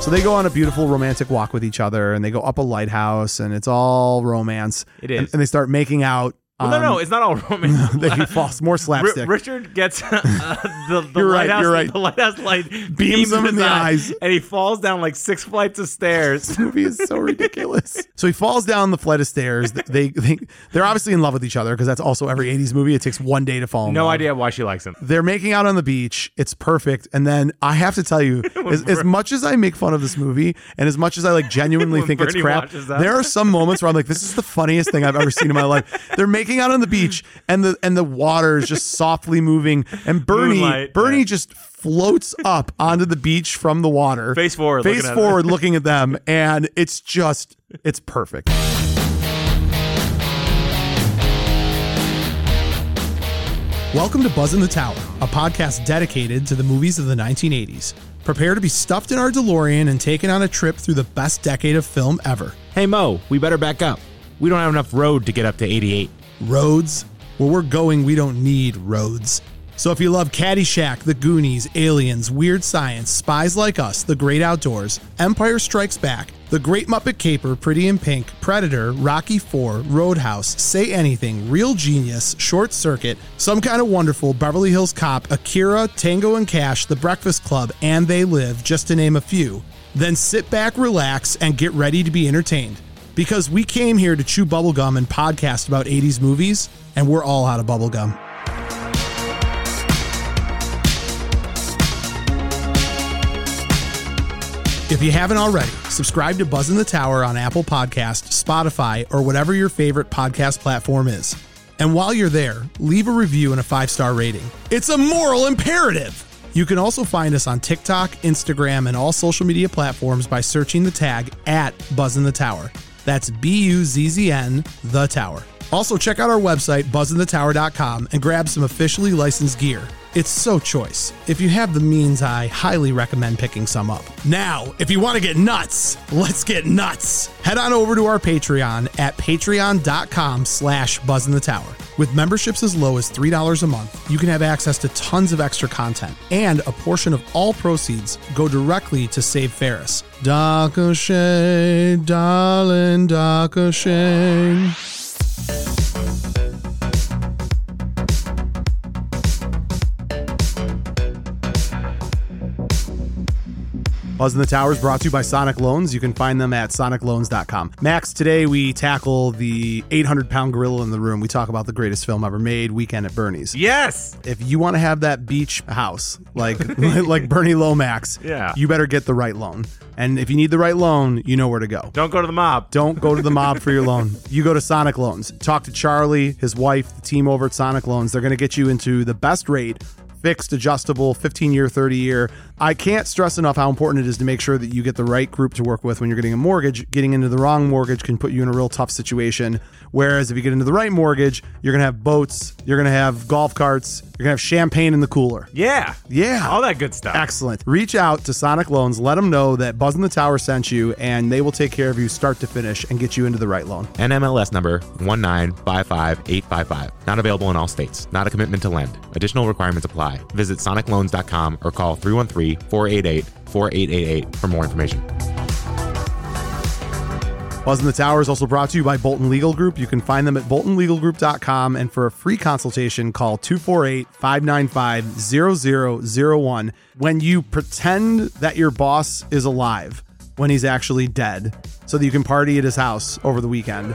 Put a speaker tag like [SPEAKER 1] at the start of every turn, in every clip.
[SPEAKER 1] So they go on a beautiful romantic walk with each other and they go up a lighthouse and it's all romance.
[SPEAKER 2] It
[SPEAKER 1] And,
[SPEAKER 2] is.
[SPEAKER 1] and they start making out.
[SPEAKER 2] Well, no, no, it's not all romance.
[SPEAKER 1] they fall more
[SPEAKER 2] R-
[SPEAKER 1] Um, slapstick.
[SPEAKER 2] Richard gets uh, the, the
[SPEAKER 1] You're right,
[SPEAKER 2] lighthouse,
[SPEAKER 1] you're right.
[SPEAKER 2] the lighthouse light beams,
[SPEAKER 1] him in
[SPEAKER 2] his
[SPEAKER 1] the
[SPEAKER 2] eye,
[SPEAKER 1] eyes.
[SPEAKER 2] and he falls down like six flights of stairs.
[SPEAKER 1] movie is so ridiculous. So he falls down the flight of stairs. They, they they're obviously in love with each other because that's also every 80s movie. It takes one day to fall in
[SPEAKER 2] no
[SPEAKER 1] love.
[SPEAKER 2] idea why she likes him.
[SPEAKER 1] They're making out on the beach. It's perfect. And then I have to tell you, as, as much as I make fun of this movie and as much as I like genuinely
[SPEAKER 2] When
[SPEAKER 1] think it's
[SPEAKER 2] Bernie
[SPEAKER 1] crap,
[SPEAKER 2] watches that.
[SPEAKER 1] there are some moments where I'm like, this is the funniest thing I've ever seen in my life. They're making out on the beach and the and the water is just softly moving. And Bernie
[SPEAKER 2] Moonlight,
[SPEAKER 1] Bernie
[SPEAKER 2] yeah.
[SPEAKER 1] just floats up onto the beach from the water.
[SPEAKER 2] Face forward,
[SPEAKER 1] Face
[SPEAKER 2] looking at it.
[SPEAKER 1] forward looking at them. And it's just it's perfect. Welcome to Buzz in the Tower, a podcast dedicated to the movies of the 1980s. Prepare to be stuffed in our DeLorean and taken on a trip through the best decade of film ever.
[SPEAKER 2] Hey Mo, we better back up. We don't have enough road to get up to 88.
[SPEAKER 1] Roads? Where we're going, we don't need roads. So if you love Caddyshack, The Goonies, Aliens, Weird Science, Spies Like Us, The Great Outdoors, Empire Strikes Back, The Great Muppet Caper, Pretty in Pink, Predator, Rocky IV, Roadhouse, Say Anything, Real Genius, Short Circuit, Some Kind of Wonderful, Beverly Hills Cop, Akira, Tango and Cash, The Breakfast Club, and They Live, just to name a few, then sit back, relax, and get ready to be entertained. Because we came here to chew bubblegum and podcast about 80s movies, and we're all out of bubblegum. If you haven't already, subscribe to Buzz in the Tower on Apple Podcast, Spotify, or whatever your favorite podcast platform is. And while you're there, leave a review and a five-star rating. It's a moral imperative. You can also find us on TikTok, Instagram, and all social media platforms by searching the tag at Buzz in the Tower. That's B-U-Z-Z-N, The Tower. Also, check out our website, buzzinthetower.com, and grab some officially licensed gear. It's so choice. If you have the means, I highly recommend picking some up. Now, if you want to get nuts, let's get nuts. Head on over to our Patreon at patreon.com slash buzzinthetower. With memberships as low as $3 a month, you can have access to tons of extra content, and a portion of all proceeds go directly to Save Ferris. Doc O'Shea, darling Doc O'Shea. Buzz in the Tower is brought to you by Sonic Loans. You can find them at sonicloans.com. Max, today we tackle the 800 pound gorilla in the room. We talk about the greatest film ever made, Weekend at Bernie's.
[SPEAKER 2] Yes.
[SPEAKER 1] If you want to have that beach house, like like Bernie Lomax,
[SPEAKER 2] Yeah.
[SPEAKER 1] you better get the right loan. And if you need the right loan, you know where to go.
[SPEAKER 2] Don't go to the mob.
[SPEAKER 1] Don't go to the mob for your loan. You go to Sonic Loans. Talk to Charlie, his wife, the team over at Sonic Loans. They're going to get you into the best rate, fixed, adjustable, 15 year, 30 year. I can't stress enough how important it is to make sure that you get the right group to work with when you're getting a mortgage. Getting into the wrong mortgage can put you in a real tough situation. Whereas if you get into the right mortgage, you're going to have boats, you're going to have golf carts, you're going to have champagne in the cooler.
[SPEAKER 2] Yeah.
[SPEAKER 1] Yeah.
[SPEAKER 2] All that good stuff.
[SPEAKER 1] Excellent. Reach out to Sonic Loans. Let them know that Buzz in the Tower sent you, and they will take care of you start to finish and get you into the right loan.
[SPEAKER 3] NMLS number 1955855. Not available in all states. Not a commitment to lend. Additional requirements apply. Visit sonicloans.com or call 313-488-4888 for more information.
[SPEAKER 1] Buzz in the Tower is also brought to you by Bolton Legal Group. You can find them at boltonlegalgroup.com, and for a free consultation, call 248 595 0001. When you pretend that your boss is alive when he's actually dead, so that you can party at his house over the weekend.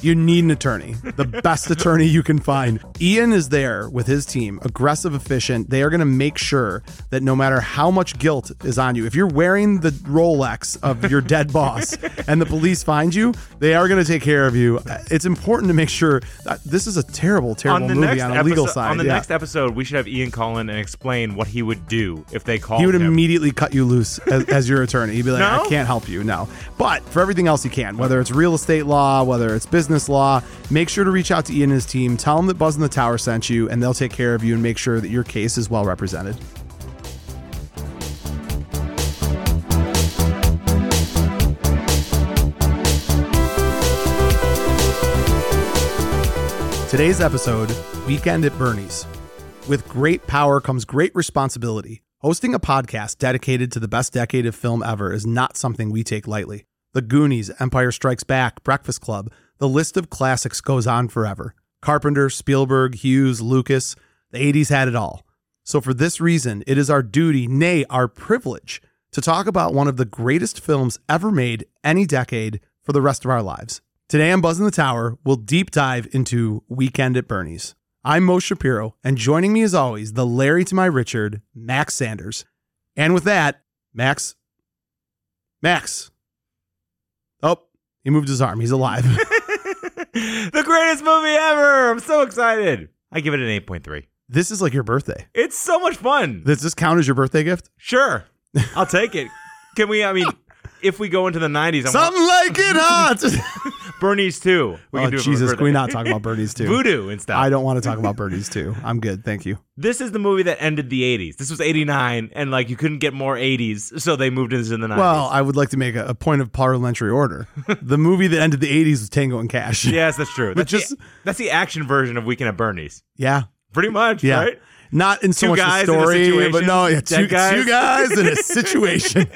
[SPEAKER 1] You need an attorney, the best attorney you can find. Ian is there with his team, aggressive, efficient. They are going to make sure that no matter how much guilt is on you, if you're wearing the Rolex of your dead boss and the police find you, they are going to take care of you. It's important to make sure that this is a terrible, terrible
[SPEAKER 2] on the
[SPEAKER 1] movie
[SPEAKER 2] next
[SPEAKER 1] on a
[SPEAKER 2] episode,
[SPEAKER 1] legal side.
[SPEAKER 2] on the
[SPEAKER 1] yeah.
[SPEAKER 2] next episode, we should have Ian call in and explain what he would do if they called
[SPEAKER 1] he would
[SPEAKER 2] him.
[SPEAKER 1] immediately cut you loose as, as your attorney. He'd be like,
[SPEAKER 2] No?
[SPEAKER 1] I can't help you. No. But for everything else, he can, whether it's real estate law, whether it's business law, make sure to reach out to Ian and his team. Tell them that Buzz in the Tower sent you, and they'll take care of you and make sure that your case is well represented. Today's episode Weekend at Bernie's. With great power comes great responsibility. Hosting a podcast dedicated to the best decade of film ever is not something we take lightly. The Goonies, Empire Strikes Back, Breakfast Club, the list of classics goes on forever. Carpenter, Spielberg, Hughes, Lucas, the 80s had it all. So, for this reason, it is our duty, nay, our privilege, to talk about one of the greatest films ever made any decade for the rest of our lives. Today on Buzz in the Tower, we'll deep dive into Weekend at Bernie's. I'm Mo Shapiro, and joining me as always, the Larry to my Richard, Max Sanders. And with that, Max. Max. Oh, he moved his arm. He's alive.
[SPEAKER 2] the greatest movie ever. I'm so excited. I give it an 8.3.
[SPEAKER 1] this is like your birthday.
[SPEAKER 2] It's so much fun.
[SPEAKER 1] Does this count as your birthday gift?
[SPEAKER 2] Sure. I'll take it. Can we, I mean, if we go into the 90s, I'm
[SPEAKER 1] Something like it hot.
[SPEAKER 2] Bernie's too. We
[SPEAKER 1] oh,
[SPEAKER 2] can do it for
[SPEAKER 1] Jesus.
[SPEAKER 2] her
[SPEAKER 1] Can we
[SPEAKER 2] birthday.
[SPEAKER 1] not talk about birdies too?
[SPEAKER 2] Voodoo and stuff.
[SPEAKER 1] I don't want to talk about birdies too. I'm good. Thank you.
[SPEAKER 2] This is the movie that ended the 80s. This was 89, and like you couldn't get more 80s, so they moved into the 90s.
[SPEAKER 1] Well, I would like to make a, a point of parliamentary order. the movie that ended the 80s was Tango and Cash.
[SPEAKER 2] yes, that's true. That's,
[SPEAKER 1] just-
[SPEAKER 2] the, that's the action version of Weekend at Bernie's.
[SPEAKER 1] Yeah.
[SPEAKER 2] Pretty much,
[SPEAKER 1] Yeah.
[SPEAKER 2] right?
[SPEAKER 1] Not in so
[SPEAKER 2] Two
[SPEAKER 1] much
[SPEAKER 2] guys
[SPEAKER 1] the
[SPEAKER 2] in a
[SPEAKER 1] story, but
[SPEAKER 2] situation.
[SPEAKER 1] no, yeah,
[SPEAKER 2] Dead
[SPEAKER 1] two
[SPEAKER 2] guys.
[SPEAKER 1] two guys in a situation.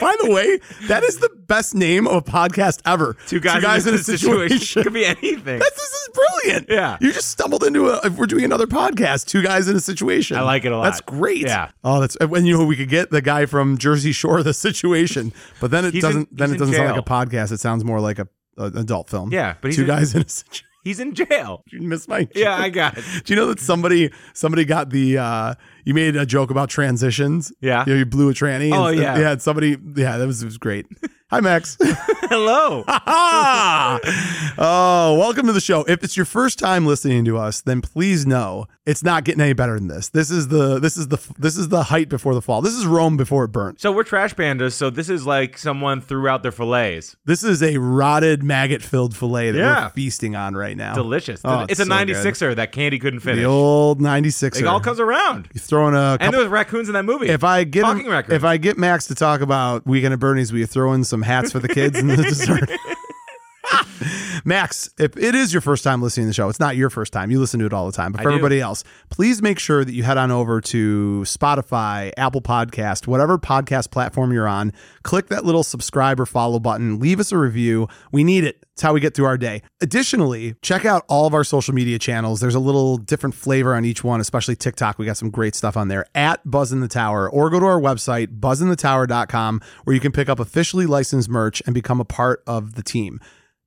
[SPEAKER 1] By the way, that is the best name of a podcast ever.
[SPEAKER 2] Two guys,
[SPEAKER 1] in, a situation.
[SPEAKER 2] Could be anything.
[SPEAKER 1] That's- this is brilliant.
[SPEAKER 2] Yeah.
[SPEAKER 1] You just stumbled into a, if we're doing another podcast, two guys in a situation.
[SPEAKER 2] I like it a lot.
[SPEAKER 1] That's great.
[SPEAKER 2] Yeah.
[SPEAKER 1] Oh, that's, and you know, we could get the guy from Jersey Shore, the situation, but then it
[SPEAKER 2] He's in-
[SPEAKER 1] doesn't, then it
[SPEAKER 2] he's in
[SPEAKER 1] doesn't sound
[SPEAKER 2] jail.
[SPEAKER 1] like a podcast. It sounds more like a, a- an adult film.
[SPEAKER 2] Yeah, but he's
[SPEAKER 1] two
[SPEAKER 2] in-
[SPEAKER 1] guys in a situation.
[SPEAKER 2] He's in jail.
[SPEAKER 1] You missed my joke.
[SPEAKER 2] Yeah, I got it.
[SPEAKER 1] Do you know that somebody somebody got the uh you made a joke about transitions?
[SPEAKER 2] Yeah.
[SPEAKER 1] You, know, you blew a tranny.
[SPEAKER 2] Oh,
[SPEAKER 1] and-
[SPEAKER 2] yeah.
[SPEAKER 1] Yeah, and somebody yeah, that was it was great. Hi Max.
[SPEAKER 2] Hello.
[SPEAKER 1] Ah! oh, welcome to the show. If it's your first time listening to us, then please know it's not getting any better than this. This is the this is the this is the height before the fall. This is Rome before it burnt.
[SPEAKER 2] So we're trash pandas, so this is like someone threw out their fillets.
[SPEAKER 1] This is a rotted maggot filled fillet that
[SPEAKER 2] Yeah.
[SPEAKER 1] we're feasting on right now.
[SPEAKER 2] Delicious.
[SPEAKER 1] Oh,
[SPEAKER 2] it's,
[SPEAKER 1] it's
[SPEAKER 2] a
[SPEAKER 1] so
[SPEAKER 2] 96er that Candy couldn't
[SPEAKER 1] the
[SPEAKER 2] finish.
[SPEAKER 1] old 96er.
[SPEAKER 2] it all comes around.
[SPEAKER 1] You're throwing a couple
[SPEAKER 2] And there was raccoons in that movie.
[SPEAKER 1] If I get him-
[SPEAKER 2] Talking record.
[SPEAKER 1] if I get Max to talk about Weekend at Bernie's, will you throw in some hats for the kids in the dessert? Max, if it is your first time listening to the show, it's not your first time. You listen to it all the time. But for
[SPEAKER 2] do.
[SPEAKER 1] everybody else, please make sure that you head on over to Spotify, Apple Podcast, whatever podcast platform you're on. Click that little subscribe or follow button. Leave us a review. We need it. It's how we get through our day. Additionally, check out all of our social media channels. There's a little different flavor on each one, especially TikTok. We got some great stuff on there at Buzz in the Tower, or go to our website, buzzinthetower.com, where you can pick up officially licensed merch and become a part of the team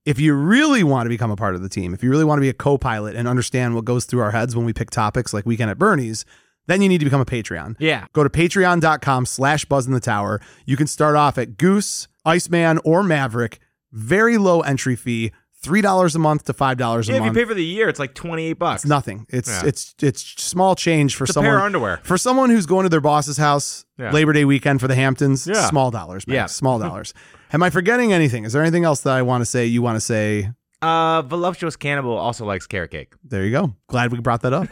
[SPEAKER 1] if you really want to become a part of the team, if you really want to be a co pilot and understand what goes through our heads when we pick topics like Weekend at Bernie's, then you need to become a Patreon.
[SPEAKER 2] yeah.
[SPEAKER 1] Go to patreon.com slash buzz in the tower. You can start off at Goose, Iceman, or Maverick. Very low entry fee, $3 a month to $5 a
[SPEAKER 2] yeah if you
[SPEAKER 1] month.
[SPEAKER 2] pay for the year, it's like 28 bucks.
[SPEAKER 1] it's nothing. It's
[SPEAKER 2] Yeah.
[SPEAKER 1] it's it's small change for
[SPEAKER 2] It's a
[SPEAKER 1] someone
[SPEAKER 2] pair of underwear.
[SPEAKER 1] for someone who's going to their boss's house
[SPEAKER 2] Yeah.
[SPEAKER 1] Labor Day weekend for the Hamptons.
[SPEAKER 2] Yeah.
[SPEAKER 1] Small dollars, man.
[SPEAKER 2] Yeah.
[SPEAKER 1] Small dollars. Am I forgetting anything? Is there anything else that I want to say? You want to say?
[SPEAKER 2] Uh, Voluptuous Cannibal also likes carrot cake.
[SPEAKER 1] There you go. Glad we brought that up.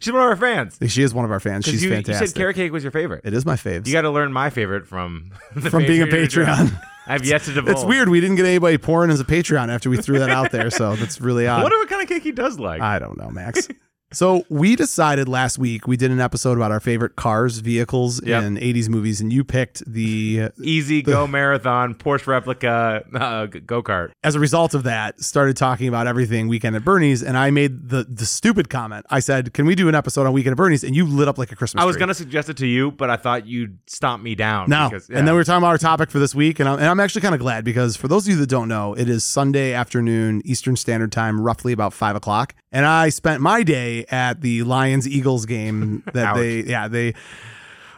[SPEAKER 2] She's one of our fans.
[SPEAKER 1] she is one of our fans.
[SPEAKER 2] 'Cause
[SPEAKER 1] She's
[SPEAKER 2] you, you
[SPEAKER 1] fantastic.
[SPEAKER 2] said carrot cake was your favorite.
[SPEAKER 1] it is my faves.
[SPEAKER 2] You got to learn my favorite from the
[SPEAKER 1] From being a Patreon.
[SPEAKER 2] I've yet to divulge.
[SPEAKER 1] it's weird. We didn't get anybody pouring as a Patreon after we threw that out there. So that's really
[SPEAKER 2] I
[SPEAKER 1] odd.
[SPEAKER 2] wonder what kind of cake he does like.
[SPEAKER 1] I don't know, Max. so we decided last week we did an episode about our favorite cars, vehicles,
[SPEAKER 2] Yep.
[SPEAKER 1] in 80s movies, and you picked the.
[SPEAKER 2] Easy go marathon Porsche replica uh, go kart.
[SPEAKER 1] As a result of that, started talking about everything Weekend at Bernie's, and I made the the stupid comment. I said, "Can we do an episode on Weekend at Bernie's?" And you lit up like a Christmas.
[SPEAKER 2] I was
[SPEAKER 1] tree.
[SPEAKER 2] gonna suggest it to you, but I thought you'd stomp me down.
[SPEAKER 1] No.
[SPEAKER 2] because,
[SPEAKER 1] And then
[SPEAKER 2] yeah.
[SPEAKER 1] we were talking about our topic for this week, and I'm, and I'm actually kind of glad because for those of you that don't know, it is Sunday afternoon Eastern Standard Time, roughly about five o'clock, and I spent my day at the Lions Eagles game that
[SPEAKER 2] Ouch.
[SPEAKER 1] they, yeah, they.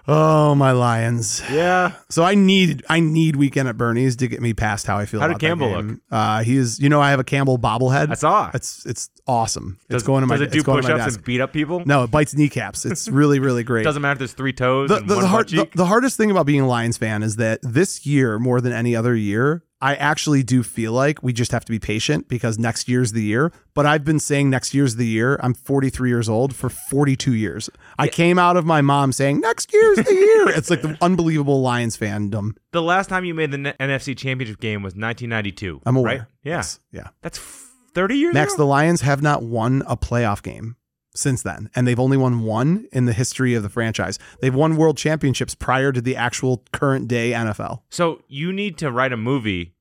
[SPEAKER 1] Oh my Lions!
[SPEAKER 2] yeah,
[SPEAKER 1] So I need I need weekend at Bernie's to get me past how I feel.
[SPEAKER 2] How did
[SPEAKER 1] about that
[SPEAKER 2] Campbell
[SPEAKER 1] game. Uh, he is. You know, I have a Campbell bobblehead.
[SPEAKER 2] I saw.
[SPEAKER 1] It's it's awesome.
[SPEAKER 2] Does-
[SPEAKER 1] it's going to my.
[SPEAKER 2] Does it do
[SPEAKER 1] it's going to my
[SPEAKER 2] push-ups
[SPEAKER 1] desk.
[SPEAKER 2] and beat up people?
[SPEAKER 1] No, it bites kneecaps. It's really really great
[SPEAKER 2] Doesn't matter if there's three toes
[SPEAKER 1] the,
[SPEAKER 2] and
[SPEAKER 1] the,
[SPEAKER 2] one
[SPEAKER 1] the, hard,
[SPEAKER 2] butt
[SPEAKER 1] the,
[SPEAKER 2] cheek.
[SPEAKER 1] the hardest thing about being a Lions fan is that this year, more than any other year, I actually do feel like we just have to be patient because next year's the year. But I've been saying next year's the year. I'm 43 years old for 42 years. I came out of my mom saying next year's the year. it's like the unbelievable Lions fandom.
[SPEAKER 2] The last time you made the N- NFC Championship game was 1992.
[SPEAKER 1] I'm aware.
[SPEAKER 2] Right? Yeah,
[SPEAKER 1] Yes. Yeah.
[SPEAKER 2] that's f- 30 years.
[SPEAKER 1] Max,
[SPEAKER 2] ago?
[SPEAKER 1] the Lions have not won a playoff game since then, and they've only won one in the history of the franchise. They've won world championships prior to the actual current day NFL.
[SPEAKER 2] So you need to write a movie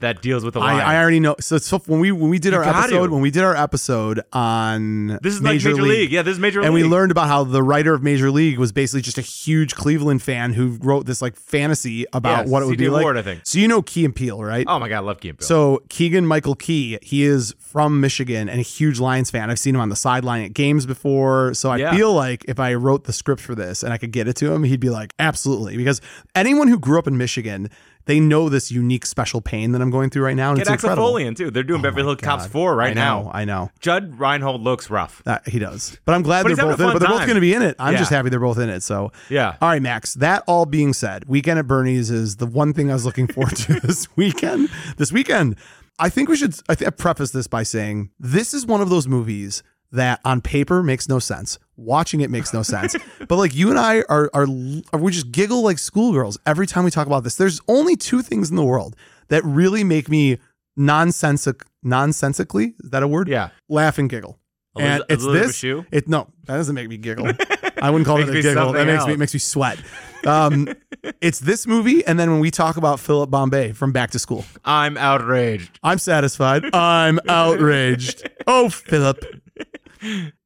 [SPEAKER 2] that deals with the
[SPEAKER 1] I,
[SPEAKER 2] Lions.
[SPEAKER 1] I already know. So, so when we when we did
[SPEAKER 2] You
[SPEAKER 1] our
[SPEAKER 2] got
[SPEAKER 1] episode
[SPEAKER 2] to.
[SPEAKER 1] when we did our episode on
[SPEAKER 2] this is like Major League. Yeah, this is Major
[SPEAKER 1] and
[SPEAKER 2] League.
[SPEAKER 1] we learned about how the writer of Major League was basically just a huge Cleveland fan who wrote this like fantasy about
[SPEAKER 2] Yes,
[SPEAKER 1] what it would
[SPEAKER 2] C.J.
[SPEAKER 1] be like.
[SPEAKER 2] Ward, I think.
[SPEAKER 1] So you know Key and Peele, right?
[SPEAKER 2] Oh my God, I love Key and Peele.
[SPEAKER 1] So Keegan Michael Key, he is from Michigan and a huge Lions fan. I've seen him on the sideline at games before. So I
[SPEAKER 2] Yeah.
[SPEAKER 1] feel like if I wrote the script for this and I could get it to him, he'd be like, absolutely. Because anyone who grew up in Michigan, they know this unique special pain that I'm going through right now. And
[SPEAKER 2] Get
[SPEAKER 1] it's
[SPEAKER 2] Axel
[SPEAKER 1] incredible. Oh
[SPEAKER 2] Foley in too. They're doing Beverly Hill Cops four
[SPEAKER 1] I
[SPEAKER 2] right
[SPEAKER 1] know,
[SPEAKER 2] now.
[SPEAKER 1] I know.
[SPEAKER 2] Judd Reinhold looks rough.
[SPEAKER 1] That he does. But I'm glad
[SPEAKER 2] But he's
[SPEAKER 1] they're both
[SPEAKER 2] having
[SPEAKER 1] in
[SPEAKER 2] a
[SPEAKER 1] it.
[SPEAKER 2] fun
[SPEAKER 1] But they're both
[SPEAKER 2] time.
[SPEAKER 1] going to be in it. I'm
[SPEAKER 2] Yeah.
[SPEAKER 1] just happy they're both in it. So
[SPEAKER 2] Yeah.
[SPEAKER 1] All right, Max. That all being said, weekend at Bernie's is the one thing I was looking forward to this weekend. This weekend, I think we should. I, th- I preface this by saying this is one of those movies that on paper makes no sense. Watching it makes no sense, but like you and I are are, are we just giggle like schoolgirls every time we talk about this. There's only two things in the world that really make me nonsensic nonsensically. Is that a word?
[SPEAKER 2] Yeah.
[SPEAKER 1] Laugh and giggle. And
[SPEAKER 2] Eliz-
[SPEAKER 1] it's
[SPEAKER 2] Elizabeth
[SPEAKER 1] this.
[SPEAKER 2] Shue?
[SPEAKER 1] It no, that doesn't make me giggle. I wouldn't call it
[SPEAKER 2] Makes
[SPEAKER 1] a
[SPEAKER 2] me
[SPEAKER 1] giggle. That makes
[SPEAKER 2] something
[SPEAKER 1] me it
[SPEAKER 2] else.
[SPEAKER 1] makes me sweat. Um, it's this movie, and then when we talk about Philip Bombay from Back to School,
[SPEAKER 2] I'm outraged.
[SPEAKER 1] I'm satisfied. I'm outraged. Oh, Philip,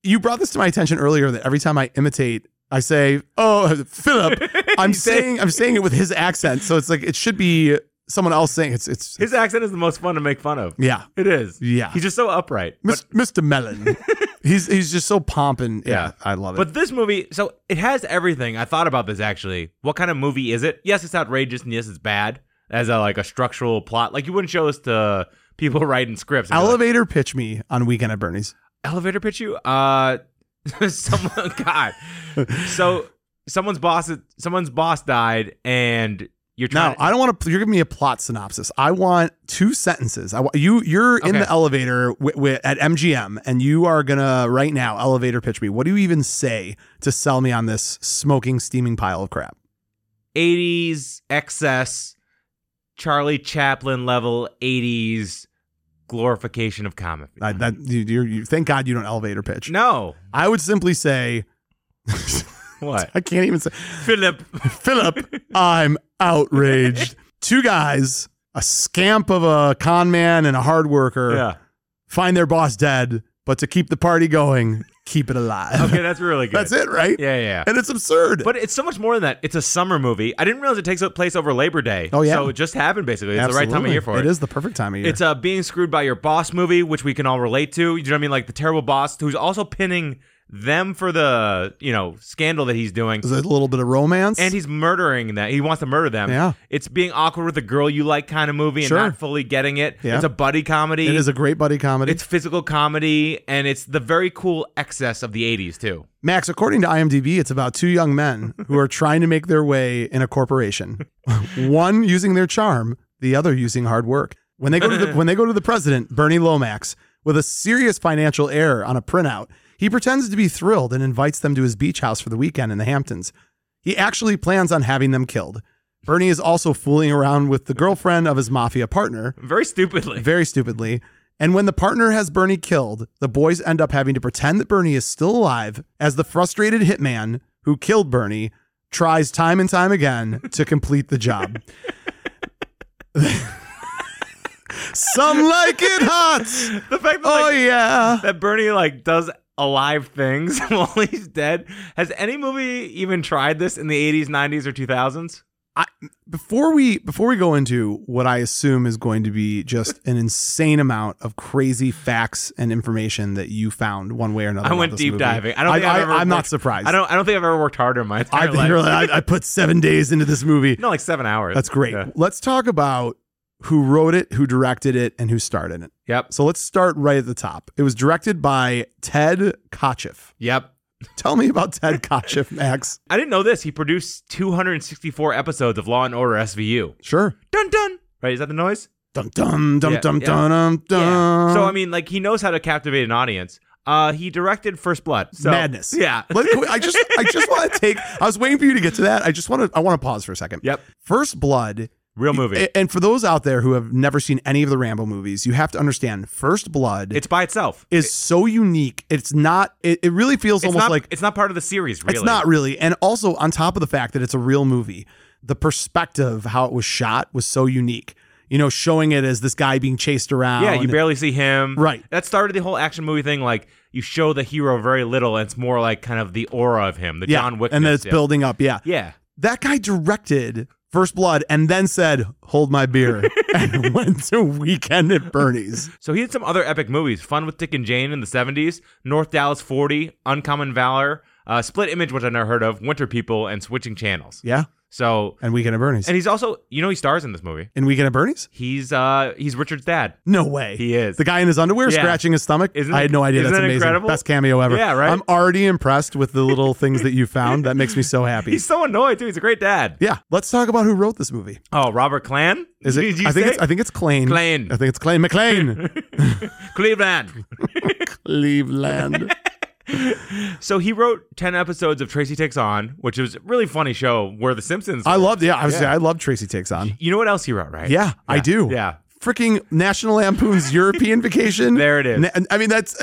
[SPEAKER 1] you brought this to my attention earlier that every time I imitate, I say, "Oh, Philip." I'm saying I'm saying it with his accent, so it's like it should be someone else saying it's it's
[SPEAKER 2] His accent is the most fun to make fun of.
[SPEAKER 1] yeah.
[SPEAKER 2] It is.
[SPEAKER 1] Yeah.
[SPEAKER 2] He's just so upright. But,
[SPEAKER 1] Mis- Mr. Mellon. he's he's just so pomp and yeah,
[SPEAKER 2] Yeah.
[SPEAKER 1] I love it.
[SPEAKER 2] but this movie, so it has everything. I thought about this actually. What kind of movie is it? Yes, it's outrageous and yes, it's bad as a like a structural plot. Like you wouldn't show this to people writing scripts. and be like,
[SPEAKER 1] Elevator pitch me on Weekend at Bernie's.
[SPEAKER 2] elevator pitch you? Uh, someone, God. So someone's boss, someone's boss died, and you're trying.
[SPEAKER 1] No, I don't want to. You're giving me a plot synopsis. I want two sentences. I want you. You're in
[SPEAKER 2] Okay.
[SPEAKER 1] the elevator wi wi- at MGM, and you are gonna right now elevator pitch me. What do you even say to sell me on this smoking, steaming pile of crap?
[SPEAKER 2] 80s excess Charlie Chaplin level 80s glorification of comedy.
[SPEAKER 1] I, that you, you're, you. Thank God you don't elevator pitch.
[SPEAKER 2] no.
[SPEAKER 1] I would simply say
[SPEAKER 2] What?
[SPEAKER 1] I can't even say
[SPEAKER 2] Philip.
[SPEAKER 1] Philip. I'm outraged. two guys, a scamp of a con man and a hard worker,
[SPEAKER 2] Yeah.
[SPEAKER 1] find their boss dead, but to keep the party going, keep it alive.
[SPEAKER 2] Okay, that's really good.
[SPEAKER 1] That's it, right?
[SPEAKER 2] Yeah, yeah. yeah.
[SPEAKER 1] And it's absurd.
[SPEAKER 2] But it's so much more than that. It's a summer movie. I didn't realize it takes place over Labor Day.
[SPEAKER 1] Oh, yeah.
[SPEAKER 2] So it just happened basically. It's the right time of year for it.
[SPEAKER 1] It is the perfect time of year.
[SPEAKER 2] It's a being screwed by your boss movie, which we can all relate to. You know what I mean? Like the terrible boss who's also pinning them for the, you know, scandal that he's doing.
[SPEAKER 1] There's a little bit of romance.
[SPEAKER 2] And he's murdering them. He wants to murder them.
[SPEAKER 1] Yeah.
[SPEAKER 2] It's being awkward with the girl you like kind of movie and
[SPEAKER 1] Sure.
[SPEAKER 2] not fully getting it.
[SPEAKER 1] Yeah.
[SPEAKER 2] It's a buddy comedy.
[SPEAKER 1] it is a great buddy comedy.
[SPEAKER 2] It's physical comedy and it's the very cool excess of the 80s too.
[SPEAKER 1] Max, according to IMDb, it's about two young men who are trying to make their way in a corporation. One using their charm, the other using hard work. When they go to the when they go to the president, Bernie Lomax, with a serious financial error on a printout, he pretends to be thrilled and invites them to his beach house for the weekend in the Hamptons. He actually plans on having them killed. Bernie is also fooling around with the girlfriend of his mafia partner,
[SPEAKER 2] Very stupidly.
[SPEAKER 1] very stupidly. And when the partner has Bernie killed, the boys end up having to pretend that Bernie is still alive as the frustrated hitman who killed Bernie tries time and time again to complete the job. Some like it hot.
[SPEAKER 2] The fact that,
[SPEAKER 1] Oh,
[SPEAKER 2] like,
[SPEAKER 1] yeah.
[SPEAKER 2] that Bernie like does alive things while he's dead. Has any movie even tried this in the 80s, 90s or 2000s?
[SPEAKER 1] Before we before we go into what I assume is going to be just an insane amount of crazy facts and information that you found one way or another.
[SPEAKER 2] I
[SPEAKER 1] about
[SPEAKER 2] went
[SPEAKER 1] this
[SPEAKER 2] deep
[SPEAKER 1] movie,
[SPEAKER 2] diving. I don't think I, have ever
[SPEAKER 1] am not
[SPEAKER 2] worked-
[SPEAKER 1] surprised.
[SPEAKER 2] I don't I don't think I've ever worked harder in my entire
[SPEAKER 1] I think
[SPEAKER 2] life.
[SPEAKER 1] really, I, I put seven days into this movie.
[SPEAKER 2] no, like 7 hours.
[SPEAKER 1] That's great.
[SPEAKER 2] Yeah.
[SPEAKER 1] Let's talk about who wrote it, who directed it, and who starred in it.
[SPEAKER 2] Yep.
[SPEAKER 1] So let's start right at the top. It was directed by Ted Kotcheff.
[SPEAKER 2] Yep.
[SPEAKER 1] Tell me about Ted Kotcheff, Max.
[SPEAKER 2] I didn't know this. He produced 264 episodes of Law and Order SVU.
[SPEAKER 1] Sure.
[SPEAKER 2] Dun dun. Right? Is that the noise?
[SPEAKER 1] Dum dum dum
[SPEAKER 2] Yeah,
[SPEAKER 1] dum
[SPEAKER 2] yeah.
[SPEAKER 1] dum dum dum.
[SPEAKER 2] So I mean, like he knows how to captivate an audience. Uh, he directed First Blood. So,
[SPEAKER 1] madness.
[SPEAKER 2] Yeah.
[SPEAKER 1] Let- can we- I just I just want to take I was waiting for you to get to that. I just want to I want to pause for a second.
[SPEAKER 2] Yep.
[SPEAKER 1] First Blood
[SPEAKER 2] Real movie.
[SPEAKER 1] A- And for those out there who have never seen any of the Rambo movies, you have to understand First Blood
[SPEAKER 2] it's by itself.
[SPEAKER 1] is so unique. It's not. It, it really feels
[SPEAKER 2] It's
[SPEAKER 1] almost
[SPEAKER 2] not
[SPEAKER 1] like
[SPEAKER 2] it's not part of the series. Really,
[SPEAKER 1] It's not really. And also, on top of the fact that it's a real movie, the perspective, how it was shot, was so unique. You know, showing it as this guy being chased around.
[SPEAKER 2] Yeah, you barely see him.
[SPEAKER 1] Right.
[SPEAKER 2] That started the whole action movie thing. Like you show the hero very little, and it's more like kind of the aura of him, the
[SPEAKER 1] yeah,
[SPEAKER 2] John Wick.
[SPEAKER 1] And then it's building up. Yeah.
[SPEAKER 2] Yeah.
[SPEAKER 1] That guy directed First Blood and then said, hold my beer, and went to Weekend at Bernie's.
[SPEAKER 2] So he did some other epic movies: Fun with Dick and Jane in the '70s, North Dallas 40, Uncommon Valor, uh, Split Image, which I never heard of, Winter People, and Switching Channels.
[SPEAKER 1] Yeah.
[SPEAKER 2] So,
[SPEAKER 1] And Weekend at Bernie's.
[SPEAKER 2] and he's also, you know, he stars in this movie.
[SPEAKER 1] in Weekend at Bernie's?
[SPEAKER 2] He's uh he's Richard's dad.
[SPEAKER 1] No way.
[SPEAKER 2] He is.
[SPEAKER 1] The guy in his underwear
[SPEAKER 2] Yeah.
[SPEAKER 1] scratching his stomach.
[SPEAKER 2] Isn't
[SPEAKER 1] I had no idea.
[SPEAKER 2] isn't
[SPEAKER 1] That's
[SPEAKER 2] that
[SPEAKER 1] amazing.
[SPEAKER 2] incredible?
[SPEAKER 1] Best cameo ever.
[SPEAKER 2] Yeah, right?
[SPEAKER 1] I'm already impressed with the little things that you found. That makes me so happy.
[SPEAKER 2] He's so annoyed too. He's a great dad.
[SPEAKER 1] Yeah, let's talk about who wrote this movie.
[SPEAKER 2] Oh, Robert Clan?
[SPEAKER 1] Is it?
[SPEAKER 2] Did you
[SPEAKER 1] I think
[SPEAKER 2] say?
[SPEAKER 1] it's. I think it's Clayne.
[SPEAKER 2] Clayne.
[SPEAKER 1] I think it's Clayne McLean.
[SPEAKER 2] Cleveland.
[SPEAKER 1] Cleveland.
[SPEAKER 2] So he wrote 10 episodes of Tracy Takes On, which was a really funny show where The Simpsons.
[SPEAKER 1] I loved. Yeah, I was. I love Tracy Takes On.
[SPEAKER 2] you know what else he wrote, right?
[SPEAKER 1] Yeah, I do.
[SPEAKER 2] Yeah.
[SPEAKER 1] Freaking National Lampoon's European Vacation.
[SPEAKER 2] There it is.
[SPEAKER 1] Na- I mean, that's.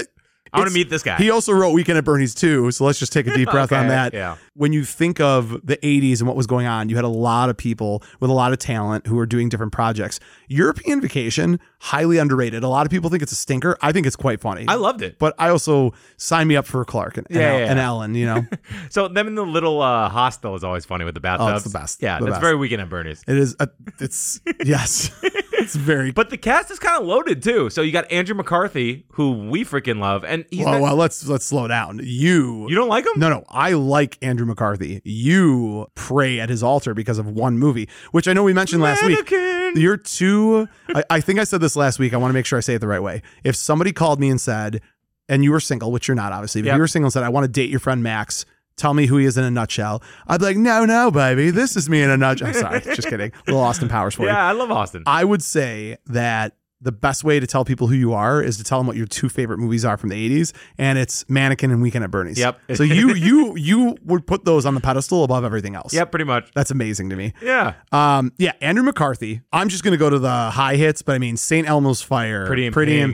[SPEAKER 2] I want
[SPEAKER 1] it's-
[SPEAKER 2] to meet this guy.
[SPEAKER 1] He also wrote Weekend at Bernie's too, so let's just take a deep breath on
[SPEAKER 2] Okay,
[SPEAKER 1] that.
[SPEAKER 2] yeah.
[SPEAKER 1] When you think of the 80s and what was going on, you had a lot of people with a lot of talent who were doing different projects. European Vacation, highly underrated. A lot of people think it's a stinker. I think it's quite funny.
[SPEAKER 2] I loved it.
[SPEAKER 1] but I also sign me up for Clark and, and
[SPEAKER 2] Yeah,
[SPEAKER 1] Al-
[SPEAKER 2] yeah,
[SPEAKER 1] and
[SPEAKER 2] yeah.
[SPEAKER 1] Alan, you know.
[SPEAKER 2] So them in the little uh, hostel is always funny with the bathtubs.
[SPEAKER 1] Oh, the best.
[SPEAKER 2] Yeah,
[SPEAKER 1] The
[SPEAKER 2] that's
[SPEAKER 1] best.
[SPEAKER 2] very Weekend at Bernie's.
[SPEAKER 1] it is a, it's yes. It's very
[SPEAKER 2] But the cast is kind of loaded too. So you got Andrew McCarthy, who we freaking love, and he's
[SPEAKER 1] well,
[SPEAKER 2] not-
[SPEAKER 1] well, let's let's slow down. You
[SPEAKER 2] you don't like him?
[SPEAKER 1] No, no, I like Andrew McCarthy. You pray at his altar because of one movie, which I know we mentioned last week.
[SPEAKER 2] Mannequin.
[SPEAKER 1] You're too. I, I think I said this last week. I want to make sure I say it the right way. If somebody called me and said, and you were single, which you're not, obviously, but
[SPEAKER 2] Yep.
[SPEAKER 1] you were single and said, I want to date your friend Max. Tell me who he is in a nutshell. I'd be like, no, no, baby. This is me in a nutshell. I'm sorry. Just kidding. Little Austin Powers for you.
[SPEAKER 2] Yeah, I love Austin.
[SPEAKER 1] I would say that the best way to tell people who you are is to tell them what your two favorite movies are from the 80s and it's Mannequin and Weekend at Bernie's.
[SPEAKER 2] Yep.
[SPEAKER 1] so you you you would put those on the pedestal above everything else.
[SPEAKER 2] yeah, pretty much.
[SPEAKER 1] That's amazing to me.
[SPEAKER 2] Yeah.
[SPEAKER 1] Um yeah, Andrew McCarthy. I'm just going to go to the high hits, but I mean St. Elmo's Fire,
[SPEAKER 2] Pretty in
[SPEAKER 1] in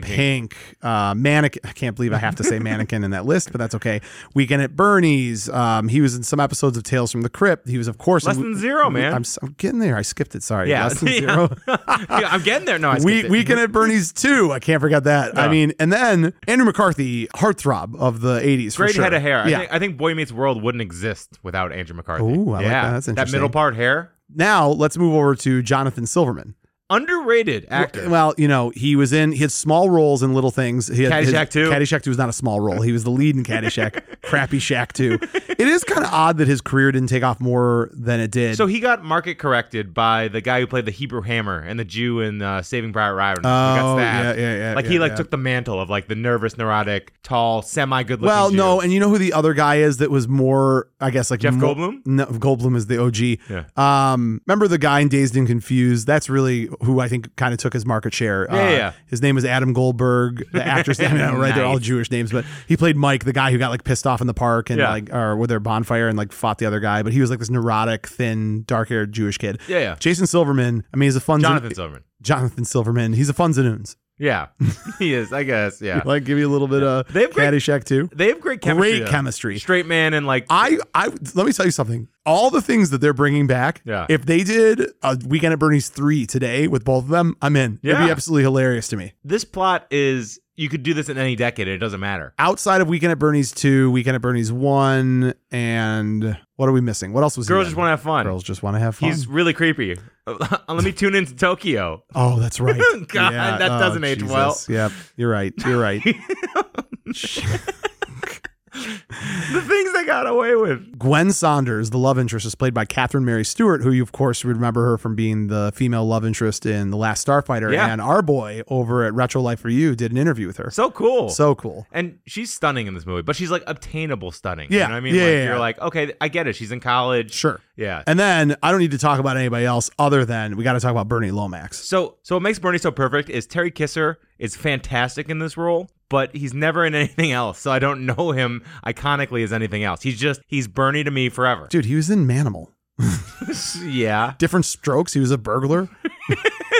[SPEAKER 1] Pink,
[SPEAKER 2] Pink.
[SPEAKER 1] uh Mannequin I can't believe I have to say Mannequin in that list, but that's okay. Weekend at Bernie's. Um he was in some episodes of Tales from the Crypt. He was of course
[SPEAKER 2] Less than zero, man.
[SPEAKER 1] I'm, s- I'm getting there. I skipped it. Sorry.
[SPEAKER 2] yeah.
[SPEAKER 1] Less than
[SPEAKER 2] Yeah.
[SPEAKER 1] zero.
[SPEAKER 2] Yeah, I'm getting there. No, I
[SPEAKER 1] We,
[SPEAKER 2] skipped it.
[SPEAKER 1] Weekend at Bernie's too. I can't forget that. I
[SPEAKER 2] No.
[SPEAKER 1] mean, and then Andrew McCarthy, heartthrob of the '80s. for
[SPEAKER 2] Great
[SPEAKER 1] sure.
[SPEAKER 2] head of hair. I,
[SPEAKER 1] Yeah.
[SPEAKER 2] think, I think Boy Meets World wouldn't exist without Andrew McCarthy.
[SPEAKER 1] Ooh, I like that. That's
[SPEAKER 2] That middle
[SPEAKER 1] interesting.
[SPEAKER 2] part hair,
[SPEAKER 1] Now let's move over to Jonathan Silverman.
[SPEAKER 2] underrated actor.
[SPEAKER 1] Well, you know, he was in he had small roles in little things. He had, his-
[SPEAKER 2] Caddyshack 2.
[SPEAKER 1] Caddyshack Two was not a small role. He was the lead in Caddyshack. Crappy Shack Two. It is kind of odd that his career didn't take off more than it did.
[SPEAKER 2] so he got market corrected by the guy who played the Hebrew Hammer and the Jew in uh, Saving Private Ryan. who got
[SPEAKER 1] Oh,
[SPEAKER 2] stabbed.
[SPEAKER 1] yeah, yeah, yeah,
[SPEAKER 2] Like
[SPEAKER 1] yeah,
[SPEAKER 2] he like
[SPEAKER 1] yeah.
[SPEAKER 2] took the mantle of like the nervous, neurotic, tall, semi-good-looking.
[SPEAKER 1] well,
[SPEAKER 2] Jew.
[SPEAKER 1] no, and you know who the other guy is that was more, I guess, like
[SPEAKER 2] Jeff
[SPEAKER 1] mo-
[SPEAKER 2] Goldblum?
[SPEAKER 1] No, Goldblum is the OG. Um, remember the guy in Dazed and Confused? That's really who I think kind of took his market share. Uh,
[SPEAKER 2] Yeah, yeah, yeah.
[SPEAKER 1] His name is Adam Goldberg, the actress. I know, right? They're all
[SPEAKER 2] Nice.
[SPEAKER 1] Jewish names, but he played Mike, the guy who got like pissed off in the park and
[SPEAKER 2] Yeah.
[SPEAKER 1] like, or with their bonfire and like fought the other guy. But he was like this neurotic, thin, dark haired Jewish kid.
[SPEAKER 2] Yeah, yeah.
[SPEAKER 1] Jason Silverman. I mean, he's a fun
[SPEAKER 2] Jonathan Silverman.
[SPEAKER 1] Jonathan Silverman. He's a fun Zanoons.
[SPEAKER 2] Yeah, he is. I guess. Yeah,
[SPEAKER 1] Like, give you a little bit of
[SPEAKER 2] They have great-
[SPEAKER 1] Caddyshack too.
[SPEAKER 2] they have great chemistry.
[SPEAKER 1] Great
[SPEAKER 2] though.
[SPEAKER 1] chemistry.
[SPEAKER 2] Straight man and like
[SPEAKER 1] I, I let me tell you something. All the things that they're bringing back,
[SPEAKER 2] Yeah.
[SPEAKER 1] if they did a Weekend at Bernie's three today with both of them, I'm in. It'd be
[SPEAKER 2] Yeah.
[SPEAKER 1] absolutely hilarious to me.
[SPEAKER 2] this plot is. You could do this in any decade. It doesn't matter.
[SPEAKER 1] Outside of Weekend at Bernie's two, Weekend at Bernie's one, and what are we missing? What else was he
[SPEAKER 2] Girls
[SPEAKER 1] in?
[SPEAKER 2] just want to have fun.
[SPEAKER 1] girls just want to have fun.
[SPEAKER 2] He's really creepy. Uh, Let me tune into Tokyo.
[SPEAKER 1] oh, that's right. Oh,
[SPEAKER 2] God, that doesn't age well.
[SPEAKER 1] Yep, you're right. You're right.
[SPEAKER 2] The things they got away with.
[SPEAKER 1] Gwen Saunders, the love interest, is played by Catherine Mary Stewart, who you of course would remember her from being the female love interest in The Last Starfighter.
[SPEAKER 2] Yeah.
[SPEAKER 1] And our boy over at Retro Life for You did an interview with her.
[SPEAKER 2] So cool.
[SPEAKER 1] So cool.
[SPEAKER 2] and she's stunning in this movie, but she's like obtainable stunning.
[SPEAKER 1] Yeah,
[SPEAKER 2] You know what I mean?
[SPEAKER 1] yeah,
[SPEAKER 2] like,
[SPEAKER 1] yeah,
[SPEAKER 2] you're
[SPEAKER 1] yeah.
[SPEAKER 2] like, okay, I get it. She's in college.
[SPEAKER 1] Sure.
[SPEAKER 2] Yeah.
[SPEAKER 1] And then I don't need to talk about anybody else other than we got to talk about Bernie Lomax.
[SPEAKER 2] so so what makes Bernie so perfect is Terry Kisser is fantastic in this role, but he's never in anything else. So I don't know him iconically as anything else. He's just he's Bernie to me forever.
[SPEAKER 1] Dude, he was in Manimal.
[SPEAKER 2] yeah.
[SPEAKER 1] Different strokes. He was a burglar.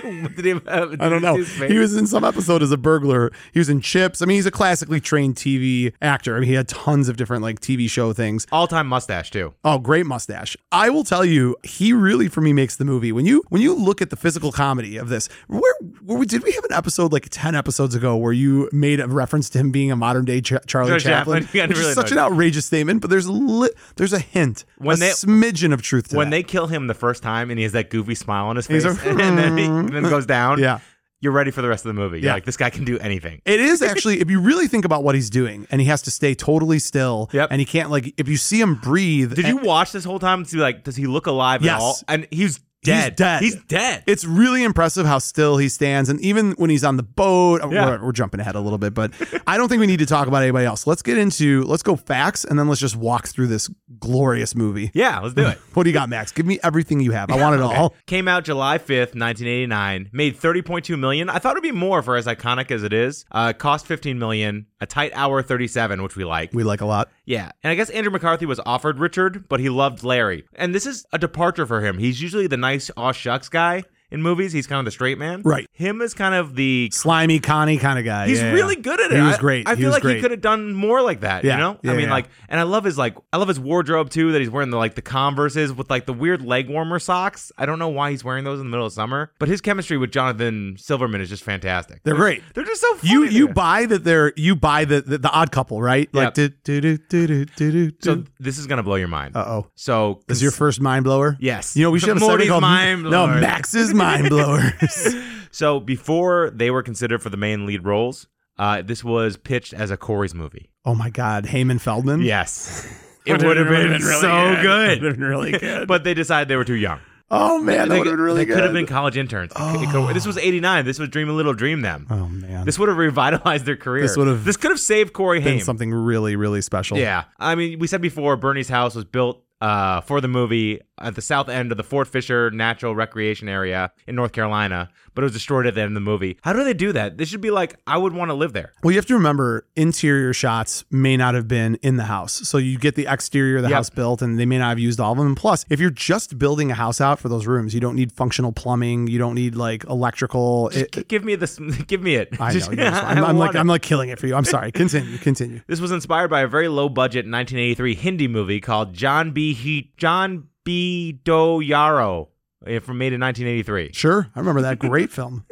[SPEAKER 2] What did he have?
[SPEAKER 1] I don't know.
[SPEAKER 2] His face?
[SPEAKER 1] He was in some episode as a burglar. He was in Chips. I mean, he's a classically trained TV actor. I mean, he had tons of different like TV show things.
[SPEAKER 2] all-time mustache too.
[SPEAKER 1] Oh, great mustache. I will tell you, he really for me makes the movie. When you when you look at the physical comedy of this, where, where we, did we have an episode like 10 episodes ago where you made a reference to him being a modern day Ch- Charlie
[SPEAKER 2] Charlie
[SPEAKER 1] Chaplin?
[SPEAKER 2] Chaplin. Yeah, I
[SPEAKER 1] which
[SPEAKER 2] really
[SPEAKER 1] is such an
[SPEAKER 2] know.
[SPEAKER 1] outrageous statement, but there's a li- there's a hint,
[SPEAKER 2] When
[SPEAKER 1] a
[SPEAKER 2] they-
[SPEAKER 1] smidgen of truth to
[SPEAKER 2] When
[SPEAKER 1] that.
[SPEAKER 2] they kill him the first time and he has that goofy smile on his
[SPEAKER 1] He's
[SPEAKER 2] face
[SPEAKER 1] a-
[SPEAKER 2] and then he and then goes down,
[SPEAKER 1] Yeah.
[SPEAKER 2] you're ready for the rest of the movie. You're
[SPEAKER 1] Yeah.
[SPEAKER 2] like, this guy can do anything.
[SPEAKER 1] It is actually, if you really think about what he's doing, and he has to stay totally still,
[SPEAKER 2] Yep.
[SPEAKER 1] and he can't like. If you see him breathe,
[SPEAKER 2] Did you watch this whole time and see like, does he look alive
[SPEAKER 1] Yes.
[SPEAKER 2] at all? And he's dead.
[SPEAKER 1] dead.
[SPEAKER 2] He's dead.
[SPEAKER 1] It's really impressive how still he stands, and even when he's on the boat,
[SPEAKER 2] Yeah.
[SPEAKER 1] we're, we're jumping ahead a little bit, but I don't think we need to talk about anybody else. Let's get into let's go facts, and then let's just walk through this glorious movie.
[SPEAKER 2] yeah, let's do it.
[SPEAKER 1] What do you got, Max? Give me everything you have. I want it all.
[SPEAKER 2] Came out July 5th, 1989. Made 30.2 million. I thought it'd be more for as iconic as it is. Uh, cost 15 million. A tight hour 37, which we like.
[SPEAKER 1] We like a lot.
[SPEAKER 2] Yeah. And I guess Andrew McCarthy was offered Richard, but he loved Larry. And this is a departure for him. He's usually the nice aw shucks guy in movies. He's kind of the straight man.
[SPEAKER 1] Right.
[SPEAKER 2] Him is kind of the
[SPEAKER 1] Slimy, Connie kind of guy.
[SPEAKER 2] He's
[SPEAKER 1] Yeah,
[SPEAKER 2] really
[SPEAKER 1] yeah.
[SPEAKER 2] good at it.
[SPEAKER 1] He was
[SPEAKER 2] I-
[SPEAKER 1] great.
[SPEAKER 2] I,
[SPEAKER 1] He
[SPEAKER 2] feel
[SPEAKER 1] was
[SPEAKER 2] like
[SPEAKER 1] great.
[SPEAKER 2] he could have done more like that.
[SPEAKER 1] Yeah.
[SPEAKER 2] You know?
[SPEAKER 1] Yeah,
[SPEAKER 2] I mean,
[SPEAKER 1] yeah.
[SPEAKER 2] like, and I love his like, I love his wardrobe too. That he's wearing the like the Converse's with like the weird leg warmer socks. I don't know why he's wearing those in the middle of summer, but his chemistry with Jonathan Silverman is just fantastic.
[SPEAKER 1] They're great.
[SPEAKER 2] They're just so funny.
[SPEAKER 1] You you
[SPEAKER 2] together.
[SPEAKER 1] buy that they're you buy the the, the odd couple, right? Like do do do do do do.
[SPEAKER 2] So this is gonna blow your mind.
[SPEAKER 1] uh oh.
[SPEAKER 2] so
[SPEAKER 1] This is your first mind blower?
[SPEAKER 2] Yes.
[SPEAKER 1] You know, we should have a
[SPEAKER 2] Morty's
[SPEAKER 1] segment called
[SPEAKER 2] Mind
[SPEAKER 1] No,
[SPEAKER 2] Blowers.
[SPEAKER 1] Max's Mind Blowers.
[SPEAKER 2] So before they were considered for the main lead roles, uh, this was pitched as a Corey's movie.
[SPEAKER 1] oh my God. Heyman Feldman?
[SPEAKER 2] Yes. It would have been, so good.
[SPEAKER 1] been really good.
[SPEAKER 2] But they decided they were too young.
[SPEAKER 1] oh man, that
[SPEAKER 2] They,
[SPEAKER 1] would have been really
[SPEAKER 2] they
[SPEAKER 1] good.
[SPEAKER 2] could have been college interns. It could- it could- this was 89. This was Dream a Little Dream Them.
[SPEAKER 1] Oh man.
[SPEAKER 2] This would have revitalized their career.
[SPEAKER 1] This would've
[SPEAKER 2] This could have saved Corey
[SPEAKER 1] been
[SPEAKER 2] Haim.
[SPEAKER 1] something really, really special.
[SPEAKER 2] Yeah. I mean, we said before Bernie's house was built uh, for the movie at the south end of the Fort Fisher Natural Recreation Area in North Carolina, but it was destroyed at the end of the movie. How do they do that? This should be like, I would want to live there.
[SPEAKER 1] Well, you have to remember interior shots may not have been in the house. So you get the exterior of the
[SPEAKER 2] Yep.
[SPEAKER 1] house built and they may not have used all of them. And plus, if you're just building a house out for those rooms, you don't need functional plumbing, you don't need like electrical. It-
[SPEAKER 2] G- give me this. Give me it.
[SPEAKER 1] I know.
[SPEAKER 2] Just-
[SPEAKER 1] you're just- I'm,
[SPEAKER 2] I
[SPEAKER 1] I'm like
[SPEAKER 2] want it.
[SPEAKER 1] I'm like killing it for you. I'm sorry. Continue. Continue.
[SPEAKER 2] This was inspired by a very low budget 1983 Hindi movie called John B. He- John B. Do Yaro eh, from made in 1983.
[SPEAKER 1] Sure, I remember that great film.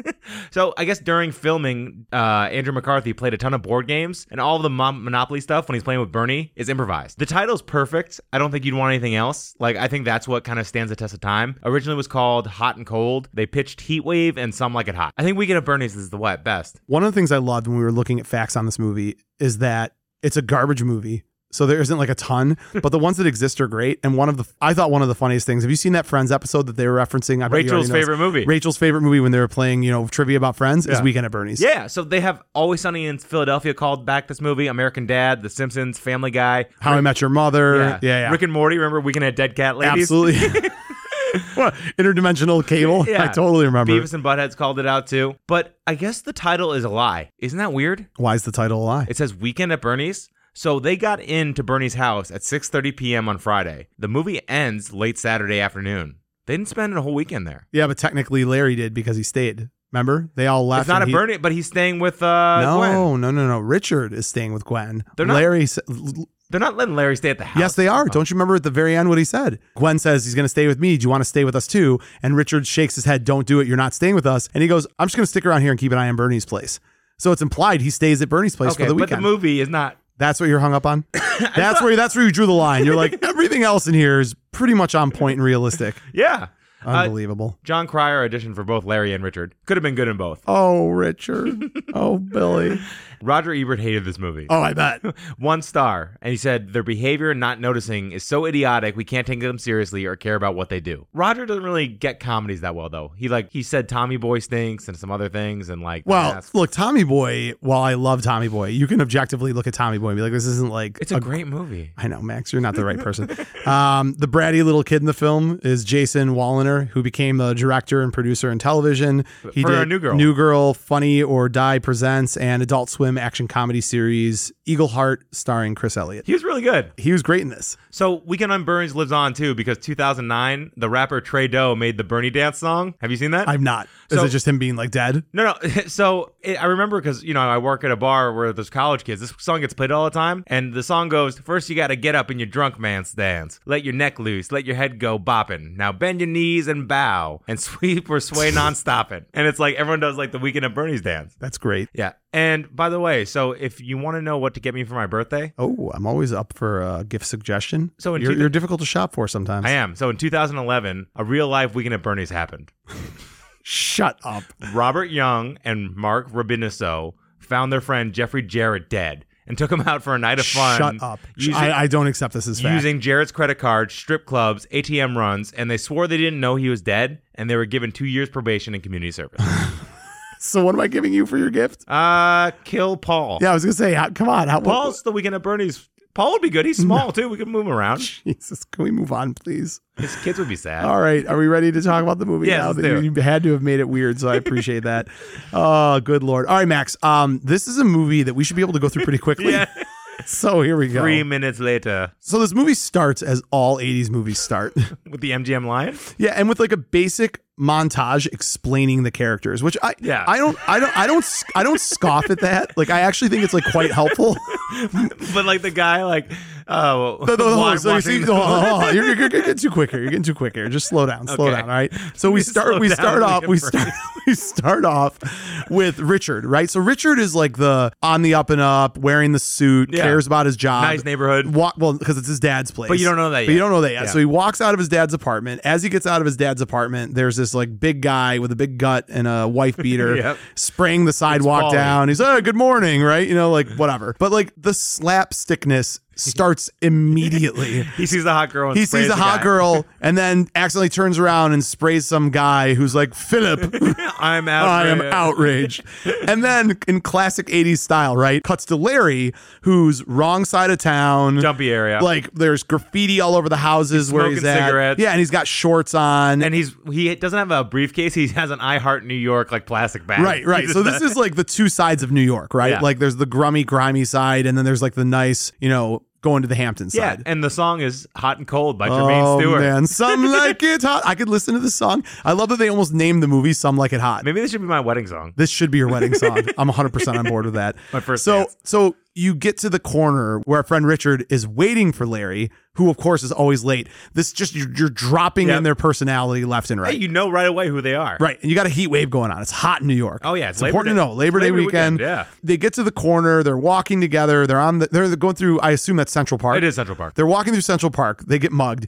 [SPEAKER 2] So I guess during filming, uh, Andrew McCarthy played a ton of board games, and all of the Mon- Monopoly stuff when he's playing with Bernie is improvised. The title's perfect. I don't think you'd want anything else. Like I think that's what kind of stands the test of time. Originally was called Hot and Cold. They pitched Heat Wave and Some Like It Hot. I think Weekend at Bernie's is the what best.
[SPEAKER 1] One of the things I loved when we were looking at facts on this movie is that it's a garbage movie. So there isn't like a ton, but the ones that exist are great. And one of the I thought one of the funniest things. Have you seen that Friends episode that they were referencing? I bet you already
[SPEAKER 2] Rachel's
[SPEAKER 1] know this.
[SPEAKER 2] favorite movie.
[SPEAKER 1] Rachel's favorite movie when they were playing, you know, trivia about Friends is
[SPEAKER 2] Yeah.
[SPEAKER 1] Weekend at Bernie's.
[SPEAKER 2] Yeah, so they have Always Sunny in Philadelphia called back this movie, American Dad, The Simpsons, Family Guy. Er,
[SPEAKER 1] How I Met Your Mother. Yeah, yeah.
[SPEAKER 2] Rick and Morty, remember Weekend at Dead Cat Ladies?
[SPEAKER 1] Absolutely. What, Interdimensional cable.
[SPEAKER 2] Yeah.
[SPEAKER 1] I totally remember.
[SPEAKER 2] Beavis and Butthead's called it out too. But I guess the title is a lie. Isn't that weird?
[SPEAKER 1] Why is the title a lie?
[SPEAKER 2] It says Weekend at Bernie's. So they got into Bernie's house at 6:30 p.m. on Friday. The movie ends late Saturday afternoon. They didn't spend a whole weekend there.
[SPEAKER 1] Yeah, but technically Larry did because he stayed. Remember? They all left.
[SPEAKER 2] It's not
[SPEAKER 1] and
[SPEAKER 2] a
[SPEAKER 1] he-
[SPEAKER 2] Bernie, but he's staying with uh
[SPEAKER 1] No,
[SPEAKER 2] Gwen.
[SPEAKER 1] no, no, no. Richard is staying with Gwen.
[SPEAKER 2] They're not-
[SPEAKER 1] Larry s-
[SPEAKER 2] They're not letting Larry stay at the house.
[SPEAKER 1] Yes, they are. Don't you remember at the very end what he said? Gwen says he's going to stay with me. Do you want to stay with us too? And Richard shakes his head. Don't do it. You're not staying with us. And he goes, I'm just going to stick around here and keep an eye on Bernie's place. So it's implied he stays at Bernie's place
[SPEAKER 2] okay,
[SPEAKER 1] for the
[SPEAKER 2] but
[SPEAKER 1] weekend.
[SPEAKER 2] the movie is not
[SPEAKER 1] that's what you're hung up on. that's where that's where you drew the line. You're like everything else in here is pretty much on point and realistic.
[SPEAKER 2] Yeah. Uh,
[SPEAKER 1] Unbelievable.
[SPEAKER 2] John Cryer auditioned for both Larry and Richard. Could have been good in both.
[SPEAKER 1] oh, Richard. oh, Billy.
[SPEAKER 2] Roger Ebert hated this movie.
[SPEAKER 1] Oh, I bet.
[SPEAKER 2] One star. And he said, their behavior and not noticing is so idiotic we can't take them seriously or care about what they do. Roger doesn't really get comedies that well though. He like he said Tommy Boy stinks and some other things and like
[SPEAKER 1] Well,
[SPEAKER 2] that's-
[SPEAKER 1] look, Tommy Boy. While I love Tommy Boy, you can objectively look at Tommy Boy and be like, "This isn't like
[SPEAKER 2] it's a, great movie.
[SPEAKER 1] I know, Max, you're not the right person. um, the bratty little kid in the film is Jason Walliner, who became the director and producer in television. He
[SPEAKER 2] For uh, New Girl.
[SPEAKER 1] New Girl, Funny or Die Presents, and Adult Swim Swim action comedy series Eagle Heart, starring Chris Elliott.
[SPEAKER 2] He was really good.
[SPEAKER 1] He was great in this.
[SPEAKER 2] So Weekend on Burns lives on too because 2009, the rapper Trey Doe made the Bernie dance song. Have you seen that?
[SPEAKER 1] I'm not. Is
[SPEAKER 2] So-
[SPEAKER 1] it just him being like dead?
[SPEAKER 2] No, no. So it, I remember because you know I work at a bar where there's college kids. This song gets played all the time, and the song goes: First, you got to get up in your drunk man stance, let your neck loose, let your head go bopping. Now bend your knees and bow, and sweep or sway non-stopping. And it's like everyone does like the Weekend at Bernie's dance.
[SPEAKER 1] That's great.
[SPEAKER 2] Yeah. And by the way, so if you want to know what to get me for my birthday,
[SPEAKER 1] Oh, I'm always up for a gift suggestion.
[SPEAKER 2] So in
[SPEAKER 1] you're,
[SPEAKER 2] two-
[SPEAKER 1] you're difficult to shop for sometimes.
[SPEAKER 2] I am. So in 2011, a real life Weekend at Bernie's happened.
[SPEAKER 1] Shut up.
[SPEAKER 2] Robert Young and Mark Rubiniso found their friend Jeffrey Jarrett dead and took him out for a night of fun.
[SPEAKER 1] Shut up.
[SPEAKER 2] Using,
[SPEAKER 1] I, I don't accept this as fact.
[SPEAKER 2] using Jarrett's credit card, strip clubs, ATM runs, and they swore they didn't know he was dead, and they were given two years probation and community service.
[SPEAKER 1] so what am I giving you for your gift?
[SPEAKER 2] uh, kill Paul.
[SPEAKER 1] Yeah, I was gonna say, how, come on, how, what-
[SPEAKER 2] Paul's the weekend at Bernie's. Paul would be good. He's small too. We can move him around.
[SPEAKER 1] Jesus, can we move on, please?
[SPEAKER 2] His kids would be sad.
[SPEAKER 1] All right, are we ready to talk about the movie
[SPEAKER 2] Yes,
[SPEAKER 1] now?
[SPEAKER 2] let's do
[SPEAKER 1] you, you had to have made it weird, so I appreciate that. Oh, good lord! All right, Max. Um, this is a movie that we should be able to go through pretty quickly.
[SPEAKER 2] Yeah.
[SPEAKER 1] So here we go.
[SPEAKER 2] Three minutes later,
[SPEAKER 1] So this movie starts as all '80s movies start.
[SPEAKER 2] with the MGM lion.
[SPEAKER 1] yeah, and with like a basic montage explaining the characters, which I
[SPEAKER 2] Yeah.
[SPEAKER 1] I don't I don't I don't sc- I don't scoff at that. Like I actually think it's like quite helpful.
[SPEAKER 2] but like the guy, like, oh,
[SPEAKER 1] No, no, no,
[SPEAKER 2] wa-
[SPEAKER 1] so you
[SPEAKER 2] watching
[SPEAKER 1] see-
[SPEAKER 2] the-
[SPEAKER 1] no, hold on, hold on. You're, you're, you're getting too quick here. You're getting too quick here. Just slow down. Slow
[SPEAKER 2] Okay.
[SPEAKER 1] down. All right. So we start.
[SPEAKER 2] Slow
[SPEAKER 1] We
[SPEAKER 2] down,
[SPEAKER 1] start off. We
[SPEAKER 2] Liam Burns.
[SPEAKER 1] start. We start off with Richard. Right. So Richard is like the on the up and up, wearing the suit,
[SPEAKER 2] Yeah.
[SPEAKER 1] cares about his job,
[SPEAKER 2] Nice neighborhood.
[SPEAKER 1] Walk well because it's his dad's place.
[SPEAKER 2] But you don't know that
[SPEAKER 1] But you
[SPEAKER 2] yet.
[SPEAKER 1] don't know that yet.
[SPEAKER 2] Yeah.
[SPEAKER 1] So he walks out of his dad's apartment. As he gets out of his dad's apartment, there's this like big guy with a big gut and a wife beater
[SPEAKER 2] Yep.
[SPEAKER 1] spraying the sidewalk
[SPEAKER 2] falling.
[SPEAKER 1] down. He's oh, good morning, right? You know, like whatever. But like the slapstickness starts immediately.
[SPEAKER 2] He sees the hot girl. And
[SPEAKER 1] He sees
[SPEAKER 2] sprays
[SPEAKER 1] a
[SPEAKER 2] the
[SPEAKER 1] hot
[SPEAKER 2] guy.
[SPEAKER 1] girl and then accidentally turns around and sprays some guy who's like, Philip,
[SPEAKER 2] I'm out.
[SPEAKER 1] I am
[SPEAKER 2] for it.
[SPEAKER 1] outraged. And then in classic 80s style, right? Cuts to Larry, who's wrong side of town.
[SPEAKER 2] Jumpy area.
[SPEAKER 1] Like there's graffiti all over the houses where
[SPEAKER 2] smoking
[SPEAKER 1] he's at.
[SPEAKER 2] cigarettes.
[SPEAKER 1] Yeah, and he's got shorts on.
[SPEAKER 2] and he's he doesn't have a briefcase. He has an I Heart New York like plastic bag.
[SPEAKER 1] Right, right. So this is like the two sides of New York, right?
[SPEAKER 2] Yeah.
[SPEAKER 1] Like there's the grummy, grimy side, and then there's like the nice, you know, going to the Hampton
[SPEAKER 2] yeah.
[SPEAKER 1] side.
[SPEAKER 2] And the song is "Hot and Cold" by
[SPEAKER 1] oh
[SPEAKER 2] Jermaine Stewart.
[SPEAKER 1] man, some like it hot. I could listen to this song. I love that they almost named the movie "Some Like It Hot."
[SPEAKER 2] Maybe this should be my wedding song.
[SPEAKER 1] This should be your wedding song. I'm 100 percent on board with that.
[SPEAKER 2] My first
[SPEAKER 1] So
[SPEAKER 2] dance.
[SPEAKER 1] so you get to the corner where our friend Richard is waiting for Larry, who of course is always late. This just you're, you're dropping
[SPEAKER 2] Yep.
[SPEAKER 1] in their personality left and right.
[SPEAKER 2] Hey, you know right away who they are.
[SPEAKER 1] Right. And you got a heat wave going on. It's hot in New York.
[SPEAKER 2] Oh, yeah, it's
[SPEAKER 1] It's,
[SPEAKER 2] Labor
[SPEAKER 1] important
[SPEAKER 2] Day-
[SPEAKER 1] to know. Labor, Day
[SPEAKER 2] Labor
[SPEAKER 1] weekend.
[SPEAKER 2] weekend, yeah.
[SPEAKER 1] They get to the corner. They're walking together. They're on the, they're going through, I assume that's Central Park.
[SPEAKER 2] It is Central Park.
[SPEAKER 1] They're walking through Central Park. They get mugged.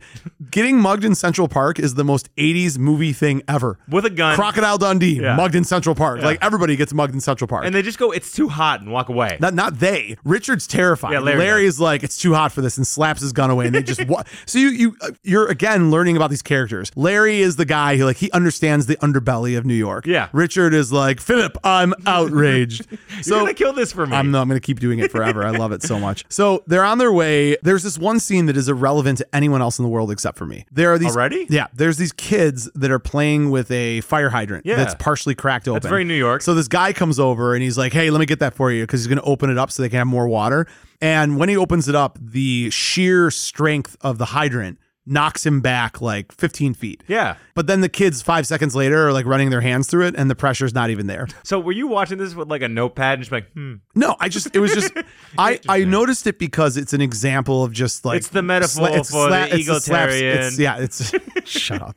[SPEAKER 1] Getting mugged in Central Park is the most 80s movie thing ever.
[SPEAKER 2] With a gun.
[SPEAKER 1] Crocodile Dundee,
[SPEAKER 2] Yeah.
[SPEAKER 1] mugged in Central Park. Like everybody gets mugged in Central Park.
[SPEAKER 2] And they just go, "It's too hot," and walk away.
[SPEAKER 1] Not not they. Richard's terrified.
[SPEAKER 2] Yeah,
[SPEAKER 1] Larry,
[SPEAKER 2] Larry
[SPEAKER 1] is like, it's too hot for this, and slaps his gun away. And they just wa- so you you uh, you're again learning about these characters. Larry is the guy who like he understands the underbelly of New York.
[SPEAKER 2] Yeah.
[SPEAKER 1] Richard is like Philip. I'm outraged.
[SPEAKER 2] You're
[SPEAKER 1] so
[SPEAKER 2] gonna kill this for me.
[SPEAKER 1] I'm, no, I'm going to keep doing it forever. I love it so much. So they're on their way. There's this one scene that is irrelevant to anyone else in the world except for me. There are these
[SPEAKER 2] Already?
[SPEAKER 1] Yeah, there's these kids that are playing with a fire hydrant
[SPEAKER 2] Yeah.
[SPEAKER 1] that's partially cracked open. That's
[SPEAKER 2] very New York.
[SPEAKER 1] So this guy comes over and he's like, "Hey, let me get that for you," because he's going to open it up so they can have more water. And when he opens it up, the sheer strength of the hydrant knocks him back like 15 feet.
[SPEAKER 2] yeah.
[SPEAKER 1] But then the kids five seconds later are like running their hands through it, and the pressure's not even there.
[SPEAKER 2] So were you watching this with like a notepad and just like, hmm?
[SPEAKER 1] No, I just it was just I I noticed it because it's an example of just like
[SPEAKER 2] It's the metaphor
[SPEAKER 1] it's
[SPEAKER 2] for
[SPEAKER 1] sla-
[SPEAKER 2] the
[SPEAKER 1] it's slaps- it's-
[SPEAKER 2] egalitarian.
[SPEAKER 1] Yeah, it's shut up.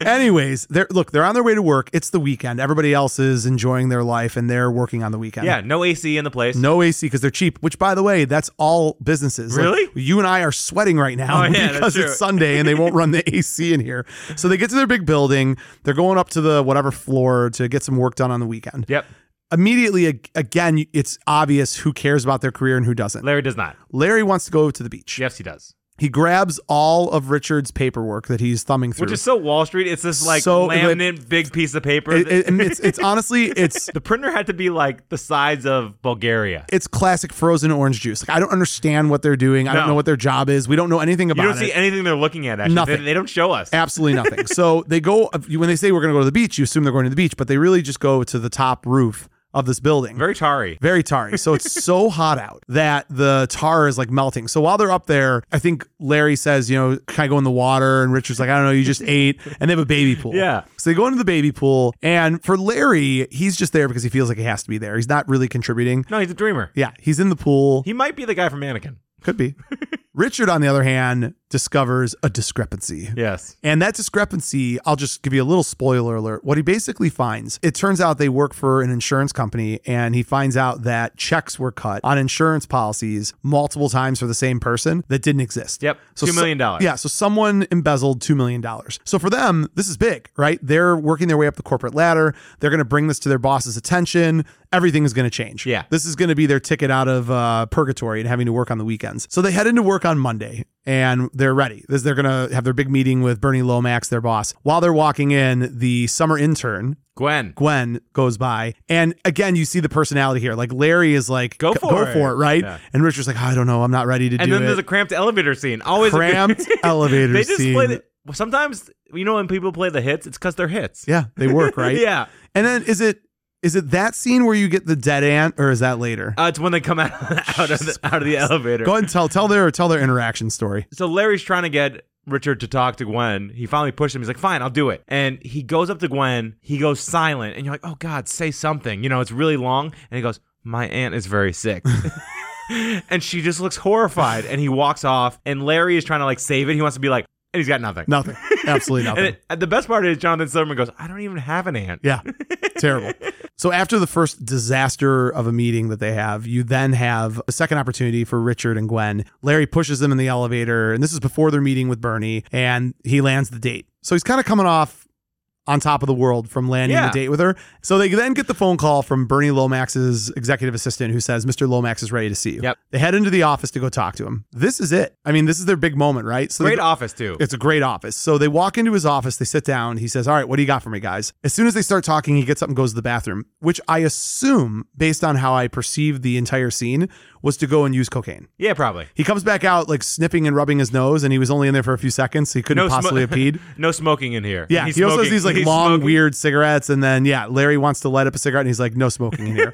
[SPEAKER 1] Anyways, they're look they're on their way to work. It's the weekend. Everybody else is enjoying their life and they're working on the weekend.
[SPEAKER 2] Yeah. No AC in the place.
[SPEAKER 1] No AC because they're cheap. Which, by the way, that's all businesses. Like,
[SPEAKER 2] Really?
[SPEAKER 1] you and I are sweating right now
[SPEAKER 2] Oh, yeah, that's
[SPEAKER 1] because
[SPEAKER 2] true.
[SPEAKER 1] it's Sunday and they won't run the AC in here. So they get to their big building. They're going up to the whatever floor to get some work done on the weekend
[SPEAKER 2] Yep.
[SPEAKER 1] immediately ag- again it's obvious who cares about their career and who doesn't
[SPEAKER 2] Larry does not.
[SPEAKER 1] larry wants to go to the beach
[SPEAKER 2] Yes, he does.
[SPEAKER 1] he grabs all of richard's paperwork that he's thumbing through
[SPEAKER 2] Which is so Wall Street. It's this like
[SPEAKER 1] So-
[SPEAKER 2] laminate big piece of paper.
[SPEAKER 1] It-
[SPEAKER 2] that-
[SPEAKER 1] it- and it's, it's honestly it's
[SPEAKER 2] the printer had to be like the size of Bulgaria.
[SPEAKER 1] it's classic frozen orange juice like i don't understand what they're doing i don't
[SPEAKER 2] No.
[SPEAKER 1] know what their job is we don't know anything about
[SPEAKER 2] You don't
[SPEAKER 1] it
[SPEAKER 2] see anything they're looking at. Actually,
[SPEAKER 1] Nothing.
[SPEAKER 2] They, they don't show us.
[SPEAKER 1] Absolutely nothing. so they go when they say we're going to go to the beach, you assume they're going to the beach, but they really just go to the top roof of this building.
[SPEAKER 2] Very tarry.
[SPEAKER 1] Very tarry. So it's so hot out that the tar is like melting. So while they're up there, I think Larry says, you know, can I go in the water? And Richard's like, I don't know, you just ate. And they have a baby pool.
[SPEAKER 2] Yeah.
[SPEAKER 1] So they go into the baby pool. And for Larry, he's just there because he feels like he has to be there. He's not really contributing.
[SPEAKER 2] No, he's a dreamer.
[SPEAKER 1] Yeah. He's in the pool.
[SPEAKER 2] He might be the guy from Mannequin.
[SPEAKER 1] Could be. Richard, on the other hand, discovers a discrepancy.
[SPEAKER 2] Yes.
[SPEAKER 1] And that discrepancy, I'll just give you a little spoiler alert. What he basically finds, it turns out they work for an insurance company, and he finds out that checks were cut on insurance policies multiple times for the same person that didn't exist.
[SPEAKER 2] Yep. $2 million.
[SPEAKER 1] so- yeah. So someone embezzled $2 million. So for them, this is big, right? They're working their way up the corporate ladder. They're going to bring this to their boss's attention. Everything is going to change.
[SPEAKER 2] Yeah.
[SPEAKER 1] This is going to be their ticket out of uh, purgatory and having to work on the weekends. So they head into work on Monday and they're ready. This, they're going to have their big meeting with Bernie Lomax, their boss. While they're walking in, the summer intern,
[SPEAKER 2] Gwen.
[SPEAKER 1] Gwen, goes by. And again, you see the personality here. Like Larry is like,
[SPEAKER 2] Go
[SPEAKER 1] "C-
[SPEAKER 2] for it."
[SPEAKER 1] right?
[SPEAKER 2] Yeah.
[SPEAKER 1] And Richard's like, I don't know. I'm not ready to
[SPEAKER 2] And
[SPEAKER 1] do
[SPEAKER 2] then
[SPEAKER 1] it.
[SPEAKER 2] there's a cramped elevator scene. Always a good-
[SPEAKER 1] Cramped elevator
[SPEAKER 2] they just
[SPEAKER 1] scene.
[SPEAKER 2] play the, sometimes you know when people play the hits, it's because they're hits.
[SPEAKER 1] yeah, they work, right?
[SPEAKER 2] Yeah.
[SPEAKER 1] And then is it is it that scene where you get the dead ant or is that later?
[SPEAKER 2] Uh, it's when they come out, out of the, out of the elevator.
[SPEAKER 1] Go ahead and tell tell their tell their interaction story.
[SPEAKER 2] so Larry's trying to get Richard to talk to Gwen. He finally pushed him. He's like, "Fine, I'll do it." And he goes up to Gwen. He goes silent, and you're like, "Oh God, say something." You know, it's really long, and he goes, "My aunt is very sick." and she just looks horrified, and he walks off. And Larry is trying to like save it. He wants to be like, and he's got nothing.
[SPEAKER 1] Nothing. Absolutely nothing.
[SPEAKER 2] And it- and the best part is Jonathan Silverman goes, "I don't even have an aunt."
[SPEAKER 1] yeah. Terrible. So after the first disaster of a meeting that they have, you then have a second opportunity for Richard and Gwen. Larry pushes them in the elevator, and this is before their meeting with Bernie, and he lands the date. So he's kind of coming off on top of the world from landing
[SPEAKER 2] Yeah.
[SPEAKER 1] the date with her. So they then get the phone call from Bernie Lomax's executive assistant who says, Mr. Lomax is ready to see you.
[SPEAKER 2] Yep.
[SPEAKER 1] They head into the office to go talk to him. This is it. I mean, this is their big moment, right? So they
[SPEAKER 2] Great
[SPEAKER 1] go-
[SPEAKER 2] office too.
[SPEAKER 1] it's a great office. So they walk into his office, they sit down. He says, All right, what do you got for me, guys? As soon as they start talking, he gets up and goes to the bathroom, which I assume, based on how I perceived the entire scene, was to go and use cocaine.
[SPEAKER 2] yeah, probably.
[SPEAKER 1] He comes back out like sniffing and rubbing his nose, and he was only in there for a few seconds. So he couldn't
[SPEAKER 2] No smo-
[SPEAKER 1] possibly have peed.
[SPEAKER 2] No smoking in here.
[SPEAKER 1] Yeah,
[SPEAKER 2] He's
[SPEAKER 1] he also has
[SPEAKER 2] smoking-
[SPEAKER 1] these like
[SPEAKER 2] he's
[SPEAKER 1] long,
[SPEAKER 2] smoking.
[SPEAKER 1] weird cigarettes, and then yeah, Larry wants to light up a cigarette, and he's like, "No smoking in here."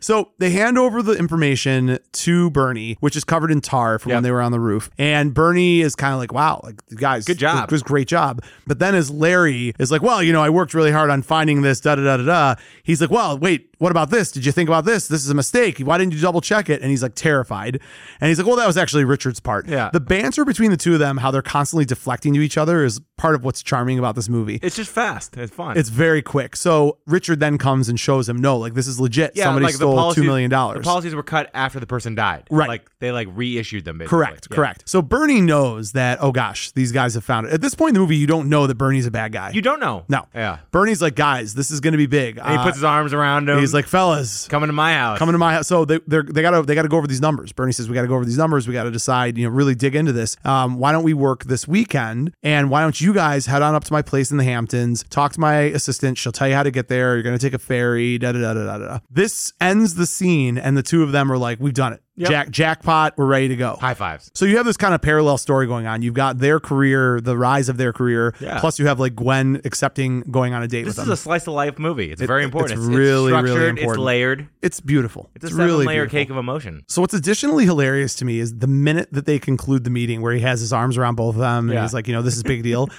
[SPEAKER 1] so they hand over the information to Bernie, which is covered in tar from when
[SPEAKER 2] Yep.
[SPEAKER 1] they were on the roof, and Bernie is kind of like, "Wow, like guys,
[SPEAKER 2] Good job.
[SPEAKER 1] it was a great job." But then as Larry is like, "Well, you know, I worked really hard on finding this, da da da da da," he's like, "Well, wait." What about this? Did you think about this? This is a mistake. Why didn't you double check it? And he's like terrified. And he's like, well, that was actually Richard's part.
[SPEAKER 2] Yeah.
[SPEAKER 1] The banter between the two of them, how they're constantly deflecting to each other, is part of what's charming about this movie.
[SPEAKER 2] It's just fast. It's fun.
[SPEAKER 1] It's very quick. So Richard then comes and shows him, no, like this is legit. Somebody stole two million
[SPEAKER 2] The
[SPEAKER 1] dollars.
[SPEAKER 2] policies were cut after the person died.
[SPEAKER 1] Right.
[SPEAKER 2] Like they like reissued them. Basically.
[SPEAKER 1] Correct,
[SPEAKER 2] Yeah.
[SPEAKER 1] correct. So Bernie knows that, oh gosh, these guys have found it. At this point in the movie, you don't know that Bernie's a bad guy.
[SPEAKER 2] You don't know.
[SPEAKER 1] no.
[SPEAKER 2] Yeah.
[SPEAKER 1] Bernie's like, guys, this is gonna be big.
[SPEAKER 2] And he
[SPEAKER 1] Uh,
[SPEAKER 2] puts his arms around him.
[SPEAKER 1] he's like, fellas,
[SPEAKER 2] coming to my house.
[SPEAKER 1] coming to my house. So they they're, they gotta they gotta go over these numbers. Bernie says we gotta go over these numbers. We gotta decide. You know, really dig into this. Um, why don't we work this weekend? And why don't you guys head on up to my place in the Hamptons? Talk to my assistant. She'll tell you how to get there. You're gonna take a ferry. Da da da da da. da. This ends the scene, and the two of them are like, we've done it.
[SPEAKER 2] Yep.
[SPEAKER 1] Jack jackpot. We're ready to go.
[SPEAKER 2] High fives.
[SPEAKER 1] So you have this kind of parallel story going on. You've got their career, the rise of their career,
[SPEAKER 2] Yeah.
[SPEAKER 1] plus you have like Gwen accepting going on a date
[SPEAKER 2] This
[SPEAKER 1] with
[SPEAKER 2] is
[SPEAKER 1] them.
[SPEAKER 2] a slice of life movie. It's very important.
[SPEAKER 1] it's really, really
[SPEAKER 2] structured. It's
[SPEAKER 1] important.
[SPEAKER 2] layered.
[SPEAKER 1] it's beautiful.
[SPEAKER 2] It's a
[SPEAKER 1] really
[SPEAKER 2] seven layer
[SPEAKER 1] beautiful.
[SPEAKER 2] cake of emotion.
[SPEAKER 1] So what's additionally hilarious to me is the minute that they conclude the meeting where he has his arms around both of them and
[SPEAKER 2] Yeah.
[SPEAKER 1] he's like, you know, this is a big deal.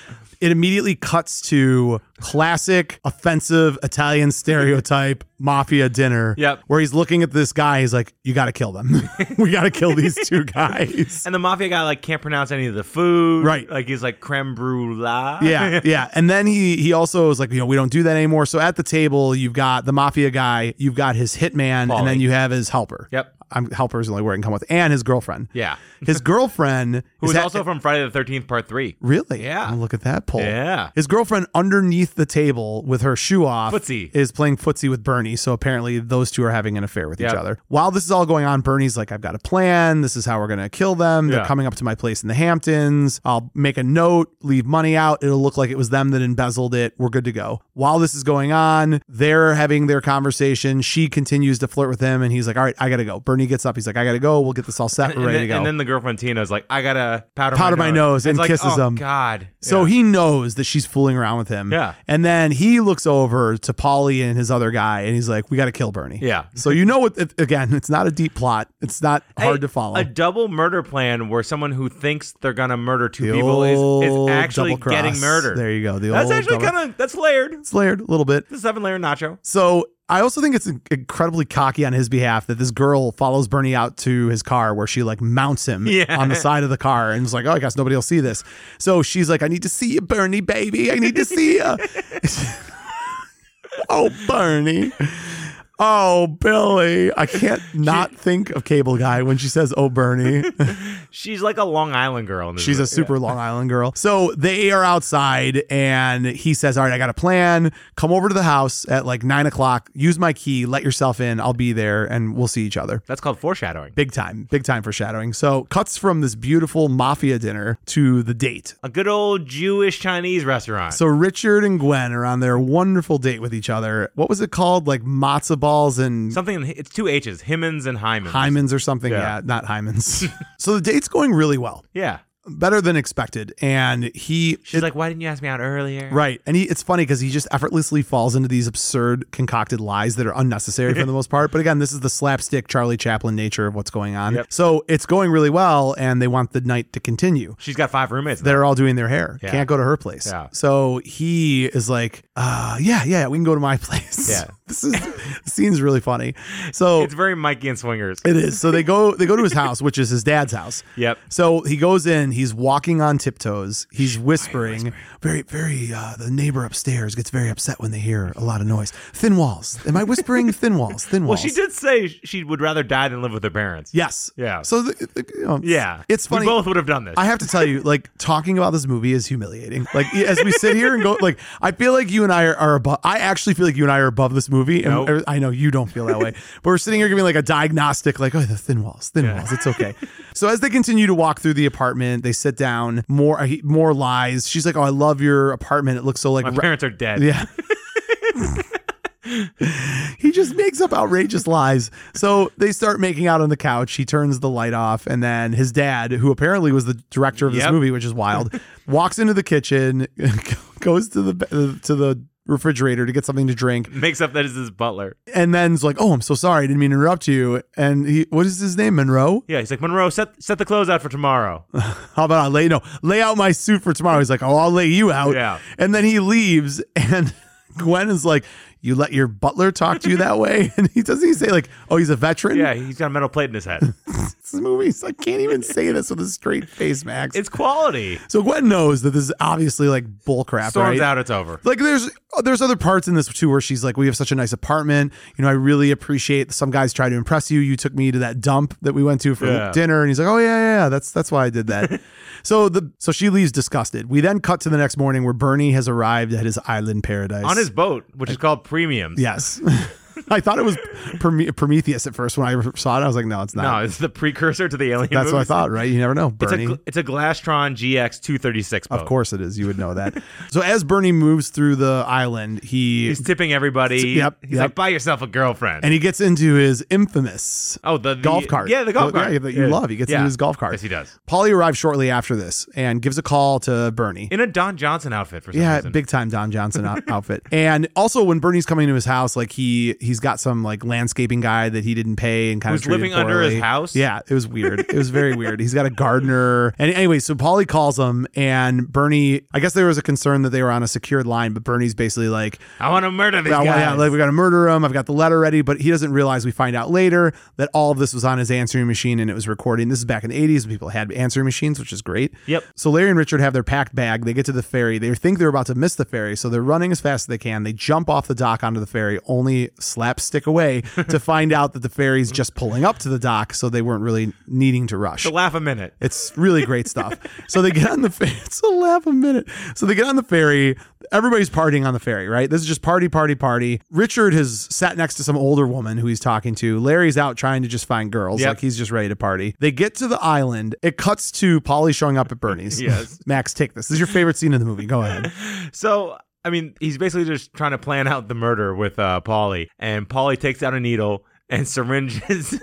[SPEAKER 1] It immediately cuts to classic offensive Italian stereotype mafia dinner.
[SPEAKER 2] Yep.
[SPEAKER 1] Where he's looking at this guy, he's like, You gotta kill them. we gotta kill these two guys.
[SPEAKER 2] And the mafia guy like can't pronounce any of the food.
[SPEAKER 1] Right.
[SPEAKER 2] Like he's like creme brulee.
[SPEAKER 1] yeah, yeah. And then he he also is like, you know, we don't do that anymore. So at the table, you've got the mafia guy, you've got his hitman, and then
[SPEAKER 2] Paulie.
[SPEAKER 1] you have his helper.
[SPEAKER 2] Yep.
[SPEAKER 1] I'm helper is the only word I can come with, and his girlfriend.
[SPEAKER 2] Yeah.
[SPEAKER 1] His girlfriend
[SPEAKER 2] Who
[SPEAKER 1] is
[SPEAKER 2] is
[SPEAKER 1] ha-
[SPEAKER 2] also from Friday the Thirteenth Part Three.
[SPEAKER 1] Really?
[SPEAKER 2] Yeah.
[SPEAKER 1] Oh, look at that poll.
[SPEAKER 2] Yeah.
[SPEAKER 1] His girlfriend underneath the table with her shoe off
[SPEAKER 2] Footsie.
[SPEAKER 1] is playing footsie with Bernie. So apparently those two are having an affair with each
[SPEAKER 2] Yep.
[SPEAKER 1] other. While this is all going on, Bernie's like, I've got a plan. This is how we're going to kill them. They're
[SPEAKER 2] Yeah.
[SPEAKER 1] coming up to my place in the Hamptons. I'll make a note, leave money out. It'll look like it was them that embezzled it. We're good to go. While this is going on, they're having their conversation. She continues to flirt with him and he's like, all right, I got to go. Bernie gets up. He's like, I got to go. We'll get this all set. We're
[SPEAKER 2] and,
[SPEAKER 1] ready
[SPEAKER 2] then,
[SPEAKER 1] to go.
[SPEAKER 2] and then the girlfriend Tina is like, I gotta powder,
[SPEAKER 1] Powder my nose and
[SPEAKER 2] It's like,
[SPEAKER 1] kisses
[SPEAKER 2] oh,
[SPEAKER 1] him.
[SPEAKER 2] God.
[SPEAKER 1] so
[SPEAKER 2] Yeah.
[SPEAKER 1] he knows that she's fooling around with him.
[SPEAKER 2] Yeah.
[SPEAKER 1] And then he looks over to Polly and his other guy and he's like, we got to kill Bernie.
[SPEAKER 2] Yeah.
[SPEAKER 1] So you know what? it- Again, it's not a deep plot. It's not hard
[SPEAKER 2] a-
[SPEAKER 1] to follow.
[SPEAKER 2] A double murder plan where someone who thinks they're gonna murder two
[SPEAKER 1] The
[SPEAKER 2] people is,
[SPEAKER 1] old
[SPEAKER 2] is actually
[SPEAKER 1] double
[SPEAKER 2] getting
[SPEAKER 1] cross.
[SPEAKER 2] murdered.
[SPEAKER 1] There you go. The
[SPEAKER 2] that's
[SPEAKER 1] old
[SPEAKER 2] actually
[SPEAKER 1] double-
[SPEAKER 2] kind of that's layered.
[SPEAKER 1] It's layered a little bit.
[SPEAKER 2] It's a seven layer nacho.
[SPEAKER 1] So I also think it's incredibly cocky on his behalf that this girl follows Bernie out to his car where she like mounts him
[SPEAKER 2] Yeah.
[SPEAKER 1] on the side of the car and was like, oh, I guess nobody will see this. So she's like, I need to see you, Bernie, baby. I need to see you. oh, Bernie. Oh, Billy. I can't not think of Cable Guy when she says, oh, Bernie.
[SPEAKER 2] She's like a Long Island girl. In this
[SPEAKER 1] She's a
[SPEAKER 2] movie.
[SPEAKER 1] super Long Island girl. So they are outside, and he says, "All right, I got a plan. Come over to the house at like nine o'clock. Use my key. Let yourself in. I'll be there, and we'll see each other."
[SPEAKER 2] That's called foreshadowing.
[SPEAKER 1] Big time, big time foreshadowing. So cuts from this beautiful mafia dinner to the date.
[SPEAKER 2] A good old Jewish Chinese restaurant.
[SPEAKER 1] So Richard and Gwen are on their wonderful date with each other. What was it called? Like matzo balls and
[SPEAKER 2] Something. It's two H's. Himans and Hymans.
[SPEAKER 1] hymens or something.
[SPEAKER 2] Yeah.
[SPEAKER 1] yeah not hymens. so the date's going really well,
[SPEAKER 2] Yeah.
[SPEAKER 1] better than expected, and he
[SPEAKER 2] She's like, why didn't you ask me out earlier?
[SPEAKER 1] Right. And he, it's funny because he just effortlessly falls into these absurd concocted lies that are unnecessary for the most part. But again, this is the slapstick Charlie Chaplin nature of what's going on.
[SPEAKER 2] Yep.
[SPEAKER 1] So it's going really well, and they want the night to continue.
[SPEAKER 2] She's got five roommates.
[SPEAKER 1] They're all doing their hair.
[SPEAKER 2] Yeah.
[SPEAKER 1] Can't go to her place.
[SPEAKER 2] Yeah.
[SPEAKER 1] So he is like, uh, yeah, yeah, we can go to my place.
[SPEAKER 2] Yeah.
[SPEAKER 1] this is this scene's really funny. So
[SPEAKER 2] It's very Mikey and Swingers.
[SPEAKER 1] it is. So they go they go to his house, which is his dad's house.
[SPEAKER 2] Yep.
[SPEAKER 1] So he goes in, he's walking on tiptoes, he's whispering, very, very, uh, the neighbor upstairs gets very upset when they hear a lot of noise. Thin walls. Am I whispering thin walls? Thin
[SPEAKER 2] Well,
[SPEAKER 1] walls.
[SPEAKER 2] she did say she would rather die than live with her parents.
[SPEAKER 1] Yes.
[SPEAKER 2] Yeah.
[SPEAKER 1] So, the, the- you know,
[SPEAKER 2] Yeah.
[SPEAKER 1] It's funny.
[SPEAKER 2] We both would have done this.
[SPEAKER 1] I have to tell you, like talking about this movie is humiliating. Like as we sit here and go, like I feel like you and I are, are above. I actually feel like you and I are above this movie, and
[SPEAKER 2] Nope.
[SPEAKER 1] I know you don't feel that way. but we're sitting here giving like a diagnostic, like oh the thin walls, thin walls. It's okay. so as they continue to walk through the apartment, they sit down. More I- more lies. She's like, oh I love your apartment. It looks so like
[SPEAKER 2] My
[SPEAKER 1] re-
[SPEAKER 2] parents are dead.
[SPEAKER 1] yeah. he just makes up outrageous lies. So they start making out on the couch. He turns the light off, and then his dad, who apparently was the director of this
[SPEAKER 2] Yep.
[SPEAKER 1] movie, which is wild, walks into the kitchen, goes to the be- uh, to the refrigerator to get something to drink,
[SPEAKER 2] Makes up that is his butler.
[SPEAKER 1] and then's like, "Oh, I'm so sorry, I didn't mean to interrupt you." And he, what is his name, Monroe?
[SPEAKER 2] Yeah, he's like Monroe. Set set the clothes out for tomorrow.
[SPEAKER 1] How about I lay no lay out my suit for tomorrow? He's like, oh, I'll lay you out.
[SPEAKER 2] Yeah.
[SPEAKER 1] And then he leaves, and Gwen is like, you let your butler talk to you that way, and he doesn't even say like, oh, he's a veteran.
[SPEAKER 2] Yeah, he's got a metal plate in his head.
[SPEAKER 1] This movie, I can't even say this with a straight face, Max.
[SPEAKER 2] It's quality.
[SPEAKER 1] so Gwen knows that this is obviously like bullcrap, right?
[SPEAKER 2] Storms out. It's over.
[SPEAKER 1] Like there's there's other parts in this too where she's like, we have such a nice apartment. You know, I really appreciate some guys try to impress you. You took me to that dump that we went to for
[SPEAKER 2] Yeah.
[SPEAKER 1] dinner, and he's like, oh yeah, yeah, yeah, that's that's why I did that. so the so she leaves disgusted. We then cut to the next morning where Bernie has arrived at his island paradise
[SPEAKER 2] On his boat, which is called Premiums.
[SPEAKER 1] yes. I thought it was Prome- Prometheus at first when I saw it. I was like, no, it's not.
[SPEAKER 2] No, it's the precursor to the alien.
[SPEAKER 1] that's what I
[SPEAKER 2] movies.
[SPEAKER 1] thought, right? You never know,
[SPEAKER 2] It's a
[SPEAKER 1] Bernie.
[SPEAKER 2] gl- it's a Glastron GX 236 boat.
[SPEAKER 1] of course it is. You would know that. so as Bernie moves through the island, he
[SPEAKER 2] He's tipping everybody.
[SPEAKER 1] Yep,
[SPEAKER 2] He's
[SPEAKER 1] yep.
[SPEAKER 2] like, buy yourself a girlfriend.
[SPEAKER 1] and he gets into his infamous
[SPEAKER 2] oh, the, the-
[SPEAKER 1] golf cart.
[SPEAKER 2] Yeah, the golf
[SPEAKER 1] Yeah,
[SPEAKER 2] cart
[SPEAKER 1] that you
[SPEAKER 2] Yeah.
[SPEAKER 1] love. He gets
[SPEAKER 2] Yeah.
[SPEAKER 1] into his golf cart.
[SPEAKER 2] Yes, he does.
[SPEAKER 1] Polly arrives shortly after this and gives a call to Bernie.
[SPEAKER 2] In a Don Johnson outfit for some
[SPEAKER 1] yeah,
[SPEAKER 2] reason.
[SPEAKER 1] big time Don Johnson out- outfit. And also when Bernie's coming to his house, like he he's got some like landscaping guy that he didn't pay and kind
[SPEAKER 2] Who's
[SPEAKER 1] of treated
[SPEAKER 2] living under his
[SPEAKER 1] poorly.
[SPEAKER 2] house?
[SPEAKER 1] Yeah, it was weird. It was very weird. He's got a gardener. And anyway, so Polly calls him and Bernie. I guess there was a concern that they were on a secured line, but Bernie's basically like,
[SPEAKER 2] I want to murder this
[SPEAKER 1] yeah, well,
[SPEAKER 2] guy.
[SPEAKER 1] yeah, like we got to murder him. I've got the letter ready, but he doesn't realize we find out later that all of this was on his answering machine and it was recording. This is back in the 80s when people had answering machines, which is great.
[SPEAKER 2] Yep.
[SPEAKER 1] So Larry and Richard have their packed bag. They get to the ferry. They think they're about to miss the ferry, so they're running as fast as they can. They jump off the dock onto the ferry, only slapstick away to find out that the ferry's just pulling up to the dock, so they weren't really needing to rush.
[SPEAKER 2] To laugh a minute.
[SPEAKER 1] It's really great stuff. so they get on the ferry. It's a laugh a minute. So they get on the ferry. Everybody's partying on the ferry, right? This is just party, party, party. Richard has sat next to some older woman who he's talking to. Larry's out trying to just find girls.
[SPEAKER 2] Yep.
[SPEAKER 1] Like he's just ready to party. They get to the island. It cuts to Polly showing up at Bernie's.
[SPEAKER 2] Yes.
[SPEAKER 1] Max, take this. This is your favorite scene in the movie. Go ahead.
[SPEAKER 2] So, I mean, he's basically just trying to plan out the murder with uh, Polly, and Polly takes out a needle and syringes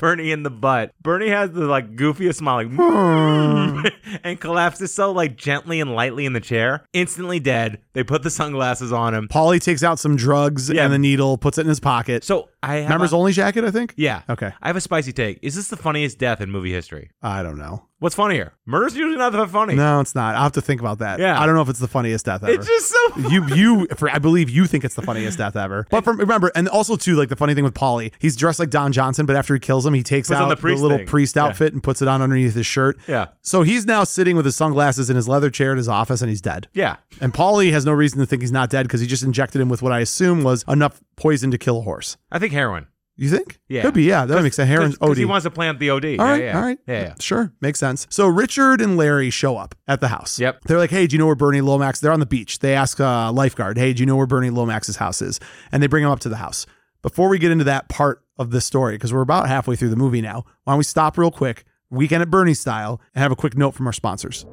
[SPEAKER 2] Bernie in the butt. Bernie has the like goofiest smile, like, "Mm," and collapses so like gently and lightly in the chair. Instantly dead. They put the sunglasses on him.
[SPEAKER 1] Polly takes out some drugs
[SPEAKER 2] Yeah.
[SPEAKER 1] and the needle, puts it in his pocket.
[SPEAKER 2] So I have
[SPEAKER 1] Members
[SPEAKER 2] a-
[SPEAKER 1] only jacket, I think?
[SPEAKER 2] yeah.
[SPEAKER 1] Okay.
[SPEAKER 2] I have a spicy take. Is this the funniest death in movie history?
[SPEAKER 1] I don't know.
[SPEAKER 2] What's funnier? Murder's usually not that funny.
[SPEAKER 1] No, it's not. I'll have to think about that.
[SPEAKER 2] Yeah.
[SPEAKER 1] I don't know if it's the funniest death ever.
[SPEAKER 2] It's just so
[SPEAKER 1] you you for, I believe you think it's the funniest death ever. But from remember, and also too, like the funny thing with Polly, he's dressed like Don Johnson, but after he kills him, he takes
[SPEAKER 2] Puts on
[SPEAKER 1] out
[SPEAKER 2] the
[SPEAKER 1] the,
[SPEAKER 2] priest
[SPEAKER 1] little
[SPEAKER 2] thing.
[SPEAKER 1] priest
[SPEAKER 2] Yeah.
[SPEAKER 1] outfit and puts it on underneath his shirt.
[SPEAKER 2] Yeah.
[SPEAKER 1] So he's now sitting with his sunglasses in his leather chair at his office, and he's dead.
[SPEAKER 2] Yeah.
[SPEAKER 1] And Polly has no reason to think he's not dead because he just injected him with what I assume was enough poison to kill a horse.
[SPEAKER 2] I think heroin.
[SPEAKER 1] You think?
[SPEAKER 2] Yeah.
[SPEAKER 1] Could be. Yeah, that makes sense. Heron's
[SPEAKER 2] Because
[SPEAKER 1] OD.
[SPEAKER 2] he wants to plant the OD.
[SPEAKER 1] All
[SPEAKER 2] yeah,
[SPEAKER 1] right,
[SPEAKER 2] yeah.
[SPEAKER 1] all right.
[SPEAKER 2] Yeah, yeah.
[SPEAKER 1] Sure. Makes sense. So Richard and Larry show up at the house.
[SPEAKER 2] Yep.
[SPEAKER 1] They're like, hey, do you know where Bernie Lomax? They're on the beach. They ask uh, lifeguard, hey, do you know where Bernie Lomax's house is? And they bring him up to the house. Before we get into that part of the story, because we're about halfway through the movie now, why don't we stop real quick, weekend at Bernie style, and have a quick note from our sponsors.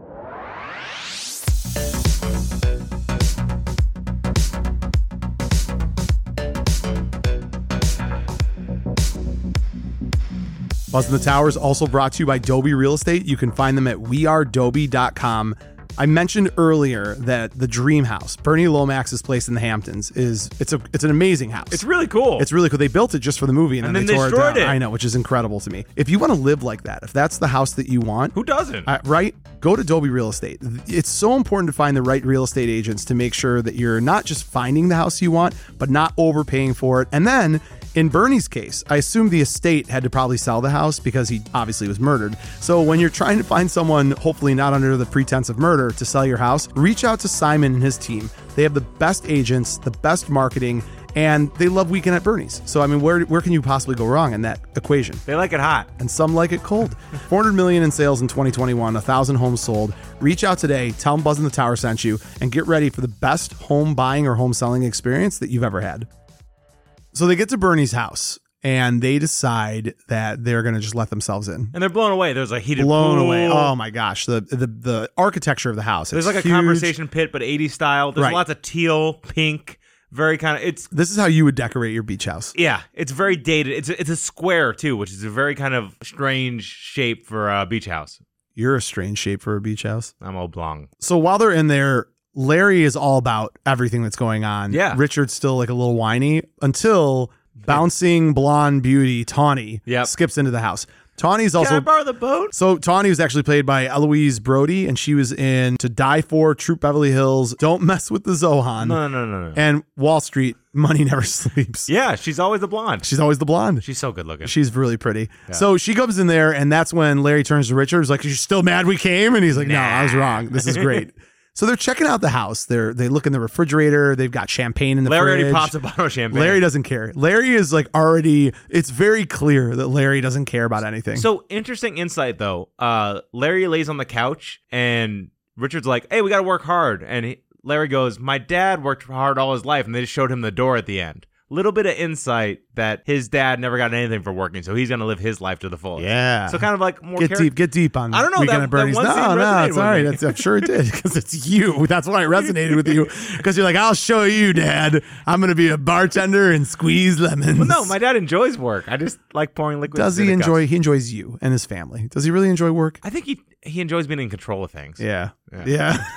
[SPEAKER 1] Buzz in the Tower is also brought to you by Dobie Real Estate. You can find them at wearedobie.com. I mentioned earlier that the dream house, Bernie Lomax's place in the Hamptons, is it's a it's an amazing house.
[SPEAKER 2] It's really cool.
[SPEAKER 1] It's really cool. They built it just for the movie and,
[SPEAKER 2] And
[SPEAKER 1] then,
[SPEAKER 2] then
[SPEAKER 1] they tore
[SPEAKER 2] destroyed
[SPEAKER 1] it down.
[SPEAKER 2] it.
[SPEAKER 1] I know, which is incredible to me. If you want to live like that, if that's the house that you want,
[SPEAKER 2] Who doesn't?
[SPEAKER 1] uh, right? Go to Dolby Real Estate. It's so important to find the right real estate agents to make sure that you're not just finding the house you want, but not overpaying for it. And then in Bernie's case, I assume the estate had to probably sell the house because he obviously was murdered. So when you're trying to find someone, hopefully not under the pretense of murder, to sell your house, reach out to Simon and his team. They have the best agents, the best marketing, and they love Weekend at Bernie's. So I mean, where where can you possibly go wrong in that equation?
[SPEAKER 2] they like it hot.
[SPEAKER 1] and some like it cold. 400 million in sales in 2021, 1,000 homes sold. Reach out today, tell them Buzz in the Tower sent you, and get ready for the best home buying or home selling experience that you've ever had. So they get to Bernie's house and they decide that they're going to just let themselves in.
[SPEAKER 2] And they're blown away. There's a heated
[SPEAKER 1] Blown
[SPEAKER 2] pool.
[SPEAKER 1] away. Oh my gosh. The the, the architecture of the house.
[SPEAKER 2] There's
[SPEAKER 1] it's
[SPEAKER 2] like a
[SPEAKER 1] huge.
[SPEAKER 2] conversation pit, but 80s style. There's
[SPEAKER 1] Right.
[SPEAKER 2] lots of teal, pink, very kind of. It's
[SPEAKER 1] This is how you would decorate your beach house.
[SPEAKER 2] yeah, it's very dated. It's a, it's a square too, which is a very kind of strange shape for a beach house.
[SPEAKER 1] You're a strange shape for a beach house.
[SPEAKER 2] I'm oblong.
[SPEAKER 1] So while they're in there, Larry is all about everything that's going on.
[SPEAKER 2] Yeah.
[SPEAKER 1] Richard's still like a little whiny until bouncing blonde beauty Tawny
[SPEAKER 2] Yep.
[SPEAKER 1] skips into the house. Tawny's
[SPEAKER 2] Can I
[SPEAKER 1] also.
[SPEAKER 2] borrow the boat?
[SPEAKER 1] So Tawny was actually played by Eloise Brody, and she was in To Die For, Troop Beverly Hills, Don't Mess with the Zohan,
[SPEAKER 2] No, no, no, no. no.
[SPEAKER 1] and Wall Street, Money Never Sleeps.
[SPEAKER 2] Yeah, she's always the blonde.
[SPEAKER 1] She's always the blonde.
[SPEAKER 2] She's so good looking.
[SPEAKER 1] She's really pretty. So she comes in there, and that's when Larry turns to Richard. He's like, "You're still mad we came?" And he's like, "No, I was wrong. This is great." so they're checking out the house. They're they look in the refrigerator. They've got champagne in the
[SPEAKER 2] Larry
[SPEAKER 1] fridge.
[SPEAKER 2] already pops a bottle of champagne.
[SPEAKER 1] Larry doesn't care. Larry is like already. It's very clear that Larry doesn't care about anything.
[SPEAKER 2] So interesting insight though. Uh, Larry lays on the couch and Richard's like, "Hey, we got to work hard." And he, Larry goes, "My dad worked hard all his life," and they just showed him the door at the end. Little bit of insight that his dad never got anything for working, so he's gonna live his life to the fullest.
[SPEAKER 1] Yeah.
[SPEAKER 2] So kind of like more
[SPEAKER 1] get
[SPEAKER 2] char-
[SPEAKER 1] deep. Get deep on.
[SPEAKER 2] I don't know,
[SPEAKER 1] Weekend
[SPEAKER 2] that-
[SPEAKER 1] at Bernie's.
[SPEAKER 2] that one scene
[SPEAKER 1] no, no,
[SPEAKER 2] resonated
[SPEAKER 1] it's
[SPEAKER 2] with
[SPEAKER 1] all right.
[SPEAKER 2] me.
[SPEAKER 1] It's, I'm sure it did because it's you. That's why it resonated with you because you're like, I'll show you, Dad. I'm gonna be a bartender and squeeze lemons.
[SPEAKER 2] Well, no, my dad enjoys work. I just like pouring liquid.
[SPEAKER 1] Does he
[SPEAKER 2] into cups.
[SPEAKER 1] enjoy? He enjoys you and his family. Does he really enjoy work?
[SPEAKER 2] I think he he enjoys being in control of things.
[SPEAKER 1] Yeah. Yeah.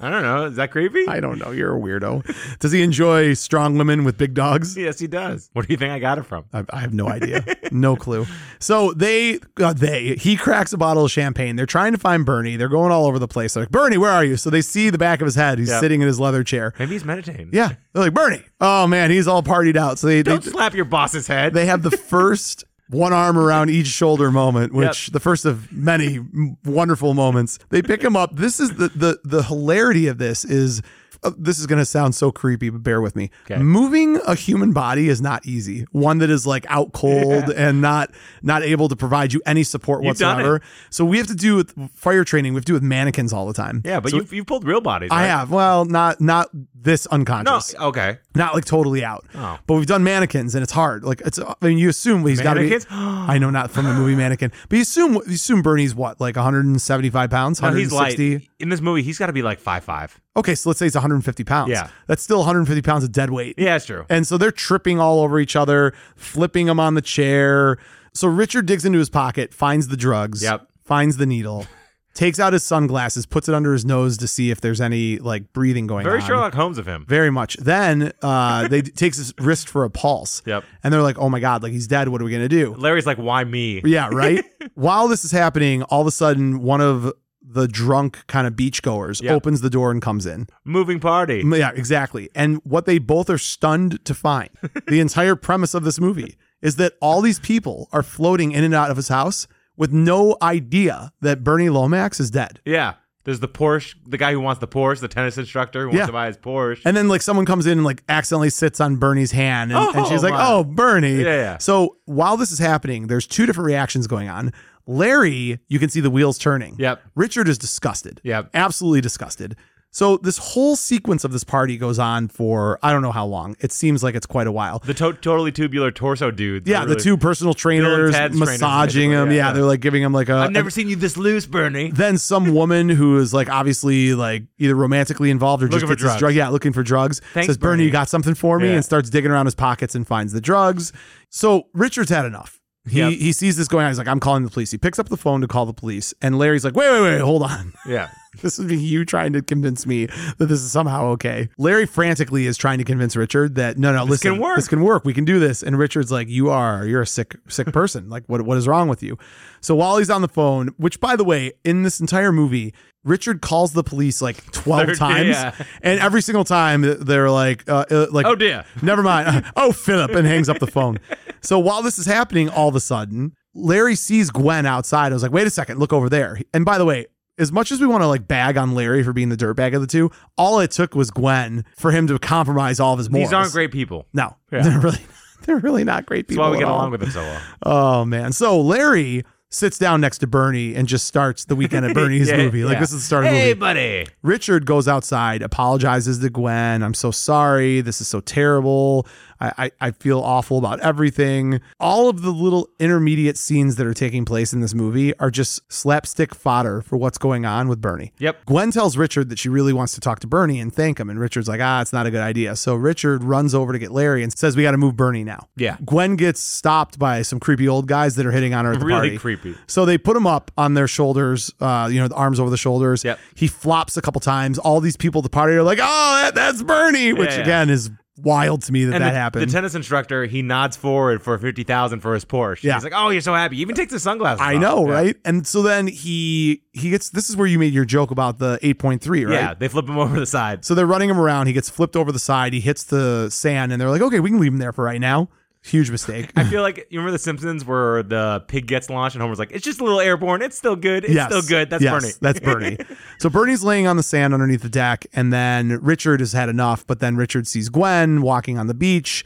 [SPEAKER 2] I don't know. Is that creepy?
[SPEAKER 1] I don't know. You're a weirdo. Does he enjoy strong women with big dogs?
[SPEAKER 2] yes, he does. Where do you think I got it from?
[SPEAKER 1] I, I have no idea. No clue. So they, uh, they, he cracks a bottle of champagne. They're trying to find Bernie. They're going all over the place. They're like, Bernie, where are you? So they see the back of his head. He's
[SPEAKER 2] Yeah.
[SPEAKER 1] sitting in his leather chair.
[SPEAKER 2] Maybe he's meditating.
[SPEAKER 1] Yeah. They're like, Bernie. Oh, man. He's all partied out. So they, they,
[SPEAKER 2] Don't slap your boss's head.
[SPEAKER 1] they have the first one arm around each shoulder moment, which the first of many m- wonderful moments. They pick him up. This is the the the hilarity of this is. uh, This is going to sound so creepy, but bear with me.
[SPEAKER 2] Okay.
[SPEAKER 1] Moving a human body is not easy. One that is like out cold and not not able to provide you any support
[SPEAKER 2] You've done
[SPEAKER 1] whatsoever. So we have to do with fire training. We have to do with mannequins all the time.
[SPEAKER 2] yeah, but
[SPEAKER 1] So
[SPEAKER 2] you've, you've pulled real bodies.
[SPEAKER 1] I
[SPEAKER 2] right?
[SPEAKER 1] have. Well, not not this
[SPEAKER 2] No,
[SPEAKER 1] unconscious,
[SPEAKER 2] okay.
[SPEAKER 1] not like totally out.
[SPEAKER 2] Oh.
[SPEAKER 1] But we've done mannequins, and it's hard. Like it's. I mean, you assume he's got to be.
[SPEAKER 2] Mannequins?
[SPEAKER 1] I know not from the movie Mannequin, but you assume you assume Bernie's what like 175 pounds,
[SPEAKER 2] No, he's light.
[SPEAKER 1] 160.
[SPEAKER 2] In this movie, he's got to be like five five.
[SPEAKER 1] Okay, so let's say it's 150 pounds.
[SPEAKER 2] Yeah.
[SPEAKER 1] That's still 150 pounds of dead weight.
[SPEAKER 2] Yeah, that's true.
[SPEAKER 1] And so they're tripping all over each other, flipping them on the chair. So Richard digs into his pocket, finds the drugs,
[SPEAKER 2] Yep.
[SPEAKER 1] finds the needle, takes out his sunglasses, puts it under his nose to see if there's any like breathing going
[SPEAKER 2] Very
[SPEAKER 1] on.
[SPEAKER 2] Sherlock Holmes of him.
[SPEAKER 1] Very much. Then uh, they takes his wrist for a pulse.
[SPEAKER 2] Yep.
[SPEAKER 1] And they're like, "Oh my god, like he's dead. What are we gonna do?"
[SPEAKER 2] Larry's like, why me?
[SPEAKER 1] Yeah, right. While this is happening, all of a sudden, one of the drunk kind of beachgoers
[SPEAKER 2] Yeah.
[SPEAKER 1] opens the door and comes in.
[SPEAKER 2] Moving party.
[SPEAKER 1] Mm, Yeah, exactly. And what they both are stunned to find the entire premise of this movie is that all these people are floating in and out of his house with no idea that Bernie Lomax is dead.
[SPEAKER 2] Yeah. There's the Porsche, the guy who wants the Porsche, the tennis instructor who wants
[SPEAKER 1] Yeah.
[SPEAKER 2] to buy his Porsche.
[SPEAKER 1] And then like someone comes in and like accidentally sits on Bernie's hand and, and
[SPEAKER 2] Oh,
[SPEAKER 1] she's like,
[SPEAKER 2] my.
[SPEAKER 1] Oh, Bernie.
[SPEAKER 2] Yeah, yeah.
[SPEAKER 1] So while this is happening, there's two different reactions going on. Larry, you can see the wheels turning.
[SPEAKER 2] Yep.
[SPEAKER 1] Richard is disgusted.
[SPEAKER 2] Yep.
[SPEAKER 1] Absolutely disgusted. So this whole sequence of this party goes on for I don't know how long. It seems like it's quite a while.
[SPEAKER 2] the to- totally tubular torso dudes.
[SPEAKER 1] Yeah,
[SPEAKER 2] are
[SPEAKER 1] the
[SPEAKER 2] really-
[SPEAKER 1] two personal trainers
[SPEAKER 2] Ted's trainers,
[SPEAKER 1] massaging
[SPEAKER 2] basically,
[SPEAKER 1] him. Yeah,
[SPEAKER 2] yeah.
[SPEAKER 1] they're like giving him like a.
[SPEAKER 2] I've never seen you this loose, Bernie.
[SPEAKER 1] then some woman who is like obviously like either romantically involved or just
[SPEAKER 2] Looking for
[SPEAKER 1] gets this
[SPEAKER 2] drugs.
[SPEAKER 1] drug. Yeah, looking for drugs.
[SPEAKER 2] Thanks,
[SPEAKER 1] says Bernie,
[SPEAKER 2] Bernie.
[SPEAKER 1] you got something for me,
[SPEAKER 2] Yeah.
[SPEAKER 1] and starts digging around his pockets and finds the drugs. So Richard's had enough. He
[SPEAKER 2] Yep.
[SPEAKER 1] he sees this going on. He's like, I'm calling the police. He picks up the phone to call the police, and Larry's like, Wait, wait, wait, hold on.
[SPEAKER 2] Yeah.
[SPEAKER 1] This would be you trying to convince me that this is somehow okay. Larry frantically is trying to convince Richard that no, no, listen,
[SPEAKER 2] can work.
[SPEAKER 1] this can work. We can do this. And Richard's like, "You are, you're a sick, sick person. Like, what, what is wrong with you?" So while he's on the phone, which by the way, in this entire movie, Richard calls the police like twelve
[SPEAKER 2] Third-
[SPEAKER 1] times,
[SPEAKER 2] yeah.
[SPEAKER 1] and every single time they're like, uh, uh, "Like,
[SPEAKER 2] Oh, dear.
[SPEAKER 1] Never mind. Oh, Philip, and hangs up the phone. So while this is happening, all of a sudden, Larry sees Gwen outside. I was like, wait a second, look over there. And by the way, as much as we want to like bag on Larry for being the dirtbag of the two, all it took was Gwen for him to compromise all of his morals.
[SPEAKER 2] These aren't great people.
[SPEAKER 1] No,
[SPEAKER 2] Yeah.
[SPEAKER 1] they're really, they're really not great
[SPEAKER 2] That's
[SPEAKER 1] people.
[SPEAKER 2] why we
[SPEAKER 1] at
[SPEAKER 2] get
[SPEAKER 1] all.
[SPEAKER 2] along with them so well.
[SPEAKER 1] Oh man. So Larry sits down next to Bernie and just starts the weekend at Bernie's
[SPEAKER 2] Yeah,
[SPEAKER 1] movie. Like
[SPEAKER 2] yeah.
[SPEAKER 1] this is the start of the movie.
[SPEAKER 2] Hey, buddy.
[SPEAKER 1] Richard goes outside, apologizes to Gwen. I'm so sorry. This is so terrible. I, I, I feel awful about everything. All of the little intermediate scenes that are taking place in this movie are just slapstick fodder for what's going on with Bernie.
[SPEAKER 2] Yep.
[SPEAKER 1] Gwen tells Richard that she really wants to talk to Bernie and thank him. And Richard's like, ah, it's not a good idea. So Richard runs over to get Larry and says, we got to move Bernie now.
[SPEAKER 2] Yeah.
[SPEAKER 1] Gwen gets stopped by some creepy old guys that are hitting on her at the
[SPEAKER 2] Really
[SPEAKER 1] party.
[SPEAKER 2] creepy.
[SPEAKER 1] So they put him up on their shoulders, uh, you know, the arms over the shoulders.
[SPEAKER 2] Yep.
[SPEAKER 1] He flops a couple times. All these people at the party are like, oh, that, that's Bernie, which
[SPEAKER 2] Yeah, yeah.
[SPEAKER 1] again is wild to me that
[SPEAKER 2] And
[SPEAKER 1] that
[SPEAKER 2] the,
[SPEAKER 1] happened.
[SPEAKER 2] the tennis instructor, he nods forward for fifty thousand for his Porsche.
[SPEAKER 1] Yeah.
[SPEAKER 2] He's like, "Oh, you're so happy." He even takes his sunglasses.
[SPEAKER 1] I
[SPEAKER 2] off.
[SPEAKER 1] know,
[SPEAKER 2] Yeah.
[SPEAKER 1] right? And so then he he gets this is where you made your joke about the 8.3, right?
[SPEAKER 2] Yeah, they flip him over the side.
[SPEAKER 1] So they're running him around. He gets flipped over the side. He hits the sand, and they're like, okay, we can leave him there for right now. Huge mistake.
[SPEAKER 2] I feel like you remember the Simpsons where the pig gets launched and Homer's like, "It's just a little airborne. It's still good. It's
[SPEAKER 1] Yeah,
[SPEAKER 2] still good." That's Bernie.
[SPEAKER 1] That's Bernie. so Bernie's laying on the sand underneath the deck, and then Richard has had enough. But then Richard sees Gwen walking on the beach,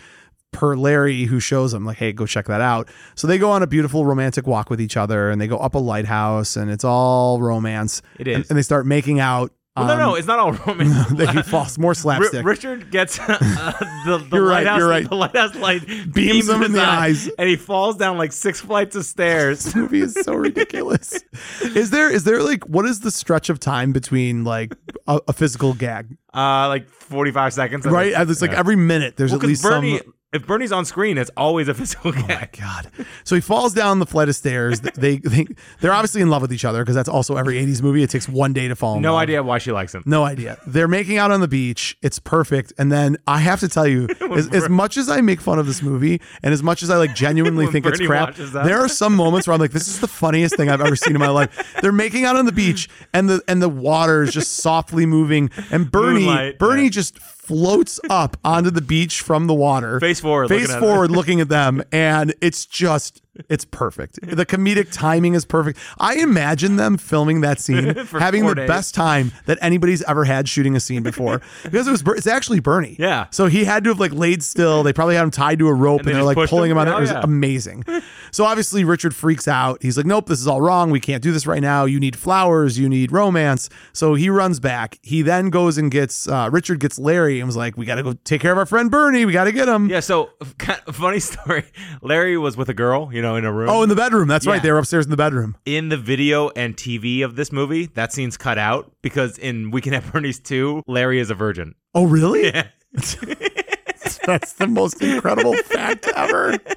[SPEAKER 1] per Larry, who shows him like, "Hey, go check that out." So they go on a beautiful romantic walk with each other, and they go up a lighthouse, and it's all romance.
[SPEAKER 2] It is.
[SPEAKER 1] and, and they start making out.
[SPEAKER 2] Well, no, no, it's not all romance.
[SPEAKER 1] no. He falls more um,
[SPEAKER 2] Ri-
[SPEAKER 1] slapstick.
[SPEAKER 2] Richard gets uh, the, the
[SPEAKER 1] You're right,
[SPEAKER 2] lighthouse.
[SPEAKER 1] you're right.
[SPEAKER 2] The lighthouse light beams,
[SPEAKER 1] him in
[SPEAKER 2] his
[SPEAKER 1] the
[SPEAKER 2] eye,
[SPEAKER 1] eyes.
[SPEAKER 2] and he falls down like six flights of stairs.
[SPEAKER 1] This movie is so ridiculous. is there is there like what is the stretch of time between like a, a physical gag?
[SPEAKER 2] Uh, like forty-five seconds. I
[SPEAKER 1] Right?
[SPEAKER 2] think.
[SPEAKER 1] It's like
[SPEAKER 2] Yeah.
[SPEAKER 1] every minute there's
[SPEAKER 2] Well,
[SPEAKER 1] at
[SPEAKER 2] 'cause
[SPEAKER 1] least
[SPEAKER 2] Bernie,
[SPEAKER 1] some
[SPEAKER 2] if Bernie's on screen, it's always a physical gag.
[SPEAKER 1] Oh God. So he falls down the flight of stairs. They, they they're obviously in love with each other because that's also every 80s movie. It takes one day to fall in
[SPEAKER 2] No
[SPEAKER 1] love.
[SPEAKER 2] idea why she likes him.
[SPEAKER 1] No idea. They're making out on the beach. It's perfect. And then I have to tell you, as, as much as I make fun of this movie and as much as I like genuinely
[SPEAKER 2] When
[SPEAKER 1] think it's
[SPEAKER 2] Bernie
[SPEAKER 1] crap,
[SPEAKER 2] watches that.
[SPEAKER 1] there are some moments where I'm like, this is the funniest thing I've ever seen in my life. They're making out on the beach and the and the water is just softly moving. And Bernie
[SPEAKER 2] Moonlight,
[SPEAKER 1] Bernie
[SPEAKER 2] yeah.
[SPEAKER 1] just floats up onto the beach from the water.
[SPEAKER 2] Face forward,
[SPEAKER 1] Face
[SPEAKER 2] looking at it.
[SPEAKER 1] forward looking at them. And it's just it's perfect. The comedic timing is perfect. I imagine them filming that scene,
[SPEAKER 2] For
[SPEAKER 1] having
[SPEAKER 2] four
[SPEAKER 1] the
[SPEAKER 2] days.
[SPEAKER 1] best best time that anybody's ever had shooting a scene before because it was Ber- it's actually Bernie.
[SPEAKER 2] Yeah.
[SPEAKER 1] So he had to have like laid still. They probably had him tied to a rope and,
[SPEAKER 2] they
[SPEAKER 1] they're
[SPEAKER 2] just
[SPEAKER 1] like
[SPEAKER 2] pushed
[SPEAKER 1] pulling him, on.
[SPEAKER 2] him?
[SPEAKER 1] it.
[SPEAKER 2] Oh,
[SPEAKER 1] It was
[SPEAKER 2] yeah.
[SPEAKER 1] amazing. So obviously, Richard freaks out. He's like, nope, this is all wrong. We can't do this right now. You need flowers. You need romance. So he runs back. He then goes and gets, uh, Richard gets Larry and was like, we got to go take care of our friend Bernie. We got to get him.
[SPEAKER 2] Yeah, so kind of funny story. Larry was with a girl, you know, in a room.
[SPEAKER 1] Oh, in the bedroom. That's right.
[SPEAKER 2] Yeah.
[SPEAKER 1] They were upstairs in the bedroom.
[SPEAKER 2] in the video and TV of this movie, that scene's cut out because in Weekend at Bernie's 2, Larry is a virgin.
[SPEAKER 1] Oh, really?
[SPEAKER 2] Yeah.
[SPEAKER 1] That's the most incredible fact ever.
[SPEAKER 2] That's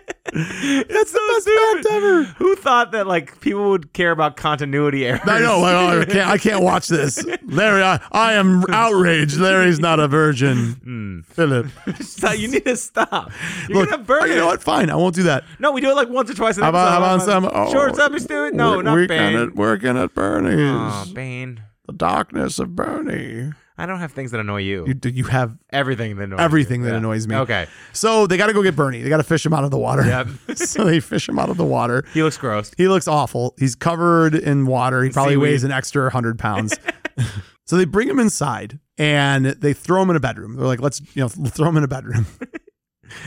[SPEAKER 2] the best fact ever. Who thought that like people would care about continuity errors?
[SPEAKER 1] I know. I, I can't, I can't watch this. Larry, I, I am outraged. Larry's not a virgin. Philip.
[SPEAKER 2] Stop- you need to stop. You're
[SPEAKER 1] Look,
[SPEAKER 2] Hmm. gonna burn
[SPEAKER 1] oh, you
[SPEAKER 2] it.
[SPEAKER 1] know what? Fine. I won't do that.
[SPEAKER 2] No, we do it like once or twice. in
[SPEAKER 1] How about, how about
[SPEAKER 2] episode.
[SPEAKER 1] some? Oh,
[SPEAKER 2] Shorts up and do it. No,
[SPEAKER 1] we're,
[SPEAKER 2] not
[SPEAKER 1] we're
[SPEAKER 2] Bane.
[SPEAKER 1] Gonna, we're gonna Bernie's.
[SPEAKER 2] Aw, Bane.
[SPEAKER 1] The darkness of Bernie.
[SPEAKER 2] I don't have things that annoy you.
[SPEAKER 1] You, you have
[SPEAKER 2] everything that annoys
[SPEAKER 1] everything
[SPEAKER 2] you.
[SPEAKER 1] that
[SPEAKER 2] Oh, Yeah.
[SPEAKER 1] annoys me.
[SPEAKER 2] Okay.
[SPEAKER 1] So they got to go get Bernie. They got to fish him out of the water.
[SPEAKER 2] Yep.
[SPEAKER 1] so they fish him out of the water.
[SPEAKER 2] He looks gross.
[SPEAKER 1] He looks awful. He's covered in water. He probably
[SPEAKER 2] Seaweed.
[SPEAKER 1] weighs an extra 100 pounds. so they bring him inside and they throw him in a bedroom. They're like, let's, you know, throw him in a bedroom.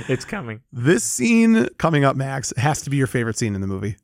[SPEAKER 2] It's coming.
[SPEAKER 1] This scene coming up, Max, has to be your favorite scene in the movie.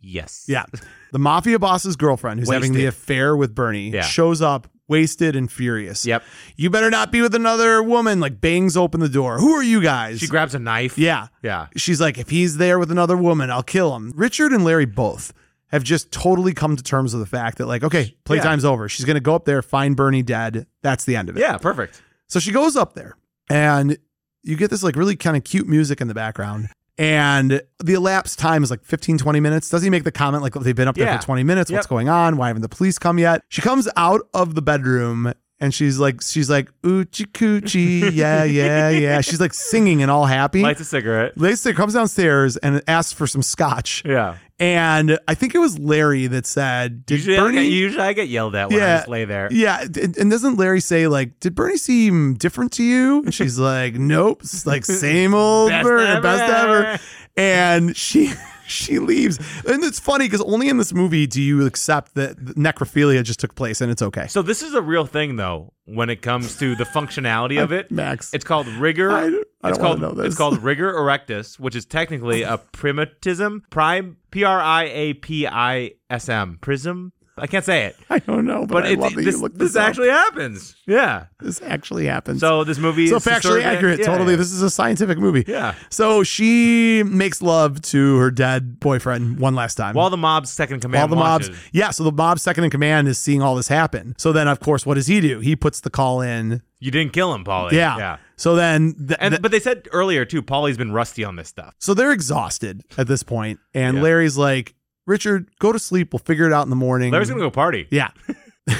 [SPEAKER 2] Yes.
[SPEAKER 1] Yeah. The mafia boss's girlfriend, who's having the
[SPEAKER 2] Wasted.
[SPEAKER 1] affair with Bernie,
[SPEAKER 2] Yeah.
[SPEAKER 1] shows up wasted and furious.
[SPEAKER 2] Yep.
[SPEAKER 1] You better not be with another woman. Like, bangs open the door. Who are you guys?
[SPEAKER 2] She grabs a knife.
[SPEAKER 1] yeah.
[SPEAKER 2] Yeah.
[SPEAKER 1] She's like, if he's there with another woman, I'll kill him. Richard and Larry both have just totally come to terms with the fact that, like, okay, playtime's over. She's going to go up there, find Bernie dead. That's the end of it.
[SPEAKER 2] Yeah. Perfect.
[SPEAKER 1] So she goes up there, and you get this, like, really kind of cute music in the background. And the elapsed time is like 15, 20 minutes. Does he make the comment, like, they've been up there
[SPEAKER 2] Yeah.
[SPEAKER 1] for 20 minutes? What's
[SPEAKER 2] Yep.
[SPEAKER 1] going on? Why haven't the police come yet? She comes out of the bedroom. And she's like, she's like, oochie coochie, yeah, yeah, yeah. She's like singing and all happy.
[SPEAKER 2] Lights a cigarette.
[SPEAKER 1] Lisa comes downstairs and asks for some scotch.
[SPEAKER 2] Yeah.
[SPEAKER 1] And I think it was Larry that said, Did
[SPEAKER 2] Usually, I
[SPEAKER 1] Bernie?
[SPEAKER 2] get, usually I get yelled at when
[SPEAKER 1] Yeah.
[SPEAKER 2] I just lay there.
[SPEAKER 1] yeah. And, and doesn't Larry say, like, did Bernie seem different to you? And she's like, Nope. It's like same old
[SPEAKER 2] Best
[SPEAKER 1] Bernie,
[SPEAKER 2] ever."
[SPEAKER 1] best ever. And she she leaves. And it's funny because only in this movie do you accept that necrophilia just took place and it's okay.
[SPEAKER 2] So this is a real thing though when it comes to the functionality of it.
[SPEAKER 1] Max.
[SPEAKER 2] It's called rigor.
[SPEAKER 1] I- I don't
[SPEAKER 2] it's
[SPEAKER 1] wanna
[SPEAKER 2] called
[SPEAKER 1] know this.
[SPEAKER 2] it's called rigor erectus, which is technically a primatism. Prime P R I A P I S M. Prism. I can't say it,
[SPEAKER 1] I don't know, but,
[SPEAKER 2] but
[SPEAKER 1] I
[SPEAKER 2] it,
[SPEAKER 1] love that
[SPEAKER 2] this,
[SPEAKER 1] you looked
[SPEAKER 2] this
[SPEAKER 1] up.
[SPEAKER 2] actually happens. Yeah.
[SPEAKER 1] this actually happened.
[SPEAKER 2] So this movie
[SPEAKER 1] so
[SPEAKER 2] is
[SPEAKER 1] factually
[SPEAKER 2] subservient-
[SPEAKER 1] accurate.
[SPEAKER 2] yeah,
[SPEAKER 1] totally.
[SPEAKER 2] yeah.
[SPEAKER 1] This is a scientific movie.
[SPEAKER 2] Yeah.
[SPEAKER 1] So she makes love to her dead boyfriend one last time.
[SPEAKER 2] While the mob's second command.
[SPEAKER 1] While the mobs,
[SPEAKER 2] watches.
[SPEAKER 1] yeah. So the mob's second in command is seeing all this happen. So then, of course, what does he do? He puts the call in.
[SPEAKER 2] You didn't kill him, Polly.
[SPEAKER 1] Yeah.
[SPEAKER 2] Yeah.
[SPEAKER 1] So then, th-
[SPEAKER 2] And
[SPEAKER 1] th-
[SPEAKER 2] but they said earlier too, Polly's been rusty on this stuff.
[SPEAKER 1] so they're exhausted at this point, and
[SPEAKER 2] Yeah.
[SPEAKER 1] Larry's like, "Richard, go to sleep. We'll figure it out in the morning."
[SPEAKER 2] Larry's gonna go party.
[SPEAKER 1] Yeah.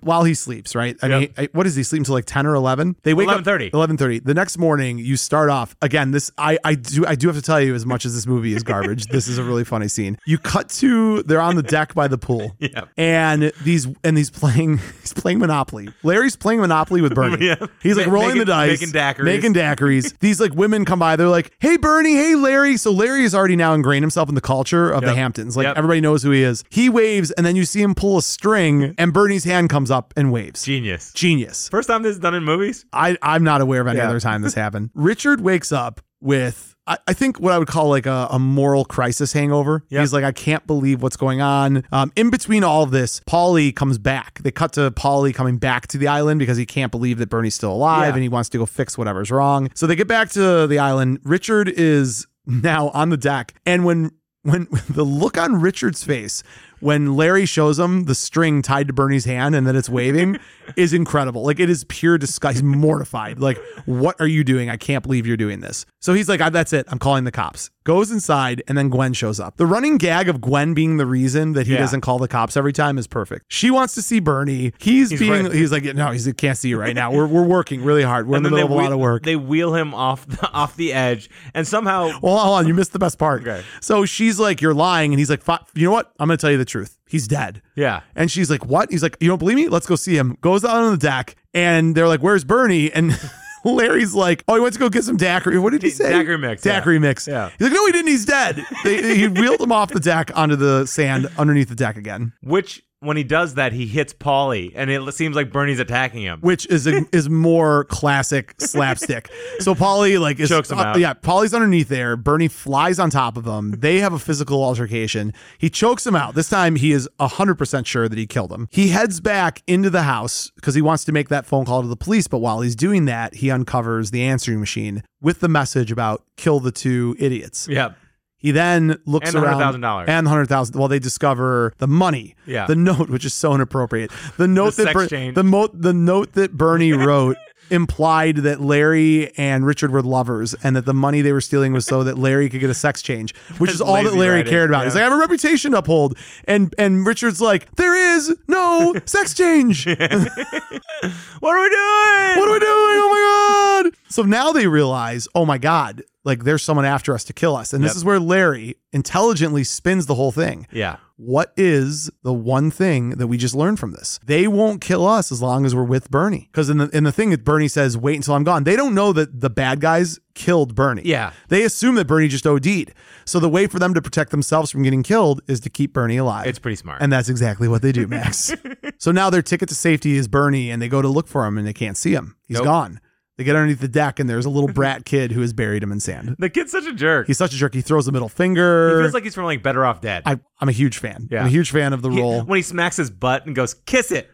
[SPEAKER 1] While he sleeps, right? I
[SPEAKER 2] Yep.
[SPEAKER 1] mean, I, what is he sleeping till like ten or eleven? They wake up
[SPEAKER 2] 11:30.
[SPEAKER 1] Eleven thirty. The next morning, you start off again. This I I do I do have to tell you, as much as this movie is garbage, this is a really funny scene. You cut to they're on the deck by the pool,
[SPEAKER 2] Yeah.
[SPEAKER 1] and these and he's playing he's playing Monopoly. Larry's playing Monopoly with Bernie.
[SPEAKER 2] Yeah.
[SPEAKER 1] He's like
[SPEAKER 2] Ma-
[SPEAKER 1] rolling
[SPEAKER 2] making-
[SPEAKER 1] the dice,
[SPEAKER 2] making daiquiris.
[SPEAKER 1] making daiquiris. These like women come by. They're like, "Hey Bernie, hey Larry." So Larry has already now ingrained himself in the culture of the
[SPEAKER 2] Yep.
[SPEAKER 1] Hamptons. Like
[SPEAKER 2] Yep.
[SPEAKER 1] everybody knows who he is. He waves, and then you see him pull a string, and Bernie's hand comes up and waves.
[SPEAKER 2] Genius.
[SPEAKER 1] Genius.
[SPEAKER 2] First time this is done in movies.
[SPEAKER 1] I, I'm not aware of any
[SPEAKER 2] Yeah.
[SPEAKER 1] other time this happened. Richard wakes up with, I, I think, what I would call like a, a moral crisis hangover.
[SPEAKER 2] Yeah.
[SPEAKER 1] He's like, I can't believe what's going on. Um, in between all of this, Polly comes back. They cut to Polly coming back to the island because he can't believe that Bernie's still alive
[SPEAKER 2] Yeah.
[SPEAKER 1] and he wants to go fix whatever's wrong. So they get back to the island. Richard is now on the deck. And when when the look on Richard's face when Larry shows him the string tied to Bernie's hand and that it's waving is incredible. Like it is pure disgust. He's mortified. Like, what are you doing? I can't believe you're doing this. So he's like, "Ah, that's it. I'm calling the cops. Goes inside and then Gwen shows up. The running gag of Gwen being the reason that he
[SPEAKER 2] Yeah.
[SPEAKER 1] doesn't call the cops every time is perfect. She wants to see Bernie. He's, being
[SPEAKER 2] right.
[SPEAKER 1] he's like, no, he's, he can't see you right now. We're, we're working really hard. We're in the middle of a
[SPEAKER 2] wheel-
[SPEAKER 1] lot of work.
[SPEAKER 2] They wheel him off the, off the edge, and somehow
[SPEAKER 1] Well, hold on, you missed the best part.
[SPEAKER 2] Okay.
[SPEAKER 1] So she's like, "You're lying," and he's like, "Fi- "You know what? I'm going to tell you the truth. He's dead."
[SPEAKER 2] Yeah.
[SPEAKER 1] And she's like, "What?" He's like, "You don't believe me? Let's go see him." Goes out on the deck, and they're like, "Where's Bernie?" And Larry's like, "Oh, he went to go get some daiquiri. What did he say?
[SPEAKER 2] Daiquiri mix, yeah.
[SPEAKER 1] Daiquiri mix."
[SPEAKER 2] Yeah.
[SPEAKER 1] He's like, "No, he didn't. He's dead." They, he wheeled him off the deck onto the sand underneath the deck again.
[SPEAKER 2] which when he does that, he hits Paulie, and it seems like Bernie's attacking him.
[SPEAKER 1] which is is more classic slapstick. So Polly like is uh,
[SPEAKER 2] Chokes him out.
[SPEAKER 1] yeah, Polly's underneath there. Bernie flies on top of him. They have a physical altercation. He chokes him out. This time he is 100% sure that he killed him. He heads back into the house cuz he wants to make that phone call to the police, but while he's doing that, he uncovers the answering machine with the message about kill the two idiots.
[SPEAKER 2] Yeah.
[SPEAKER 1] He then looks
[SPEAKER 2] And
[SPEAKER 1] around
[SPEAKER 2] $100,000.
[SPEAKER 1] and hundred thousand. Well, they discover the money,
[SPEAKER 2] Yeah.
[SPEAKER 1] the note, which is so inappropriate. The note
[SPEAKER 2] The
[SPEAKER 1] that
[SPEAKER 2] sex
[SPEAKER 1] Ber-
[SPEAKER 2] change.
[SPEAKER 1] the mo- the note that Bernie wrote implied that Larry and Richard were lovers, and that the money they were stealing was so that Larry could get a sex change, which is
[SPEAKER 2] That's
[SPEAKER 1] all that
[SPEAKER 2] lazy
[SPEAKER 1] Larry
[SPEAKER 2] writing,
[SPEAKER 1] cared about. He's
[SPEAKER 2] yeah.
[SPEAKER 1] like, I have a reputation to uphold, and and Richard's like, there is no sex change.
[SPEAKER 2] What are we doing?
[SPEAKER 1] What are we doing? Oh my god! So now they realize, oh my god, like there's someone after us to kill us, and this
[SPEAKER 2] Yep.
[SPEAKER 1] is where Larry intelligently spins the whole thing.
[SPEAKER 2] yeah.
[SPEAKER 1] What is the one thing that we just learned from this? They won't kill us as long as we're with Bernie. Because in the in the thing that Bernie says, wait until I'm gone. They don't know that the bad guys killed Bernie.
[SPEAKER 2] Yeah.
[SPEAKER 1] They assume that Bernie just OD'd. So the way for them to protect themselves from getting killed is to keep Bernie alive.
[SPEAKER 2] It's pretty smart.
[SPEAKER 1] And that's exactly what they do, Max. so now their ticket to safety is Bernie, and they go to look for him, and they can't see him. He's
[SPEAKER 2] Nope.
[SPEAKER 1] gone. They get underneath the deck, and there's a little brat kid who has buried him in sand.
[SPEAKER 2] the kid's such a jerk.
[SPEAKER 1] He's such a jerk. He throws a middle
[SPEAKER 2] he
[SPEAKER 1] finger.
[SPEAKER 2] feels like he's from like Better Off Dead.
[SPEAKER 1] I, I'm a huge fan.
[SPEAKER 2] Yeah.
[SPEAKER 1] I'm a huge fan of the
[SPEAKER 2] He-
[SPEAKER 1] role.
[SPEAKER 2] when he smacks his butt and goes, kiss it.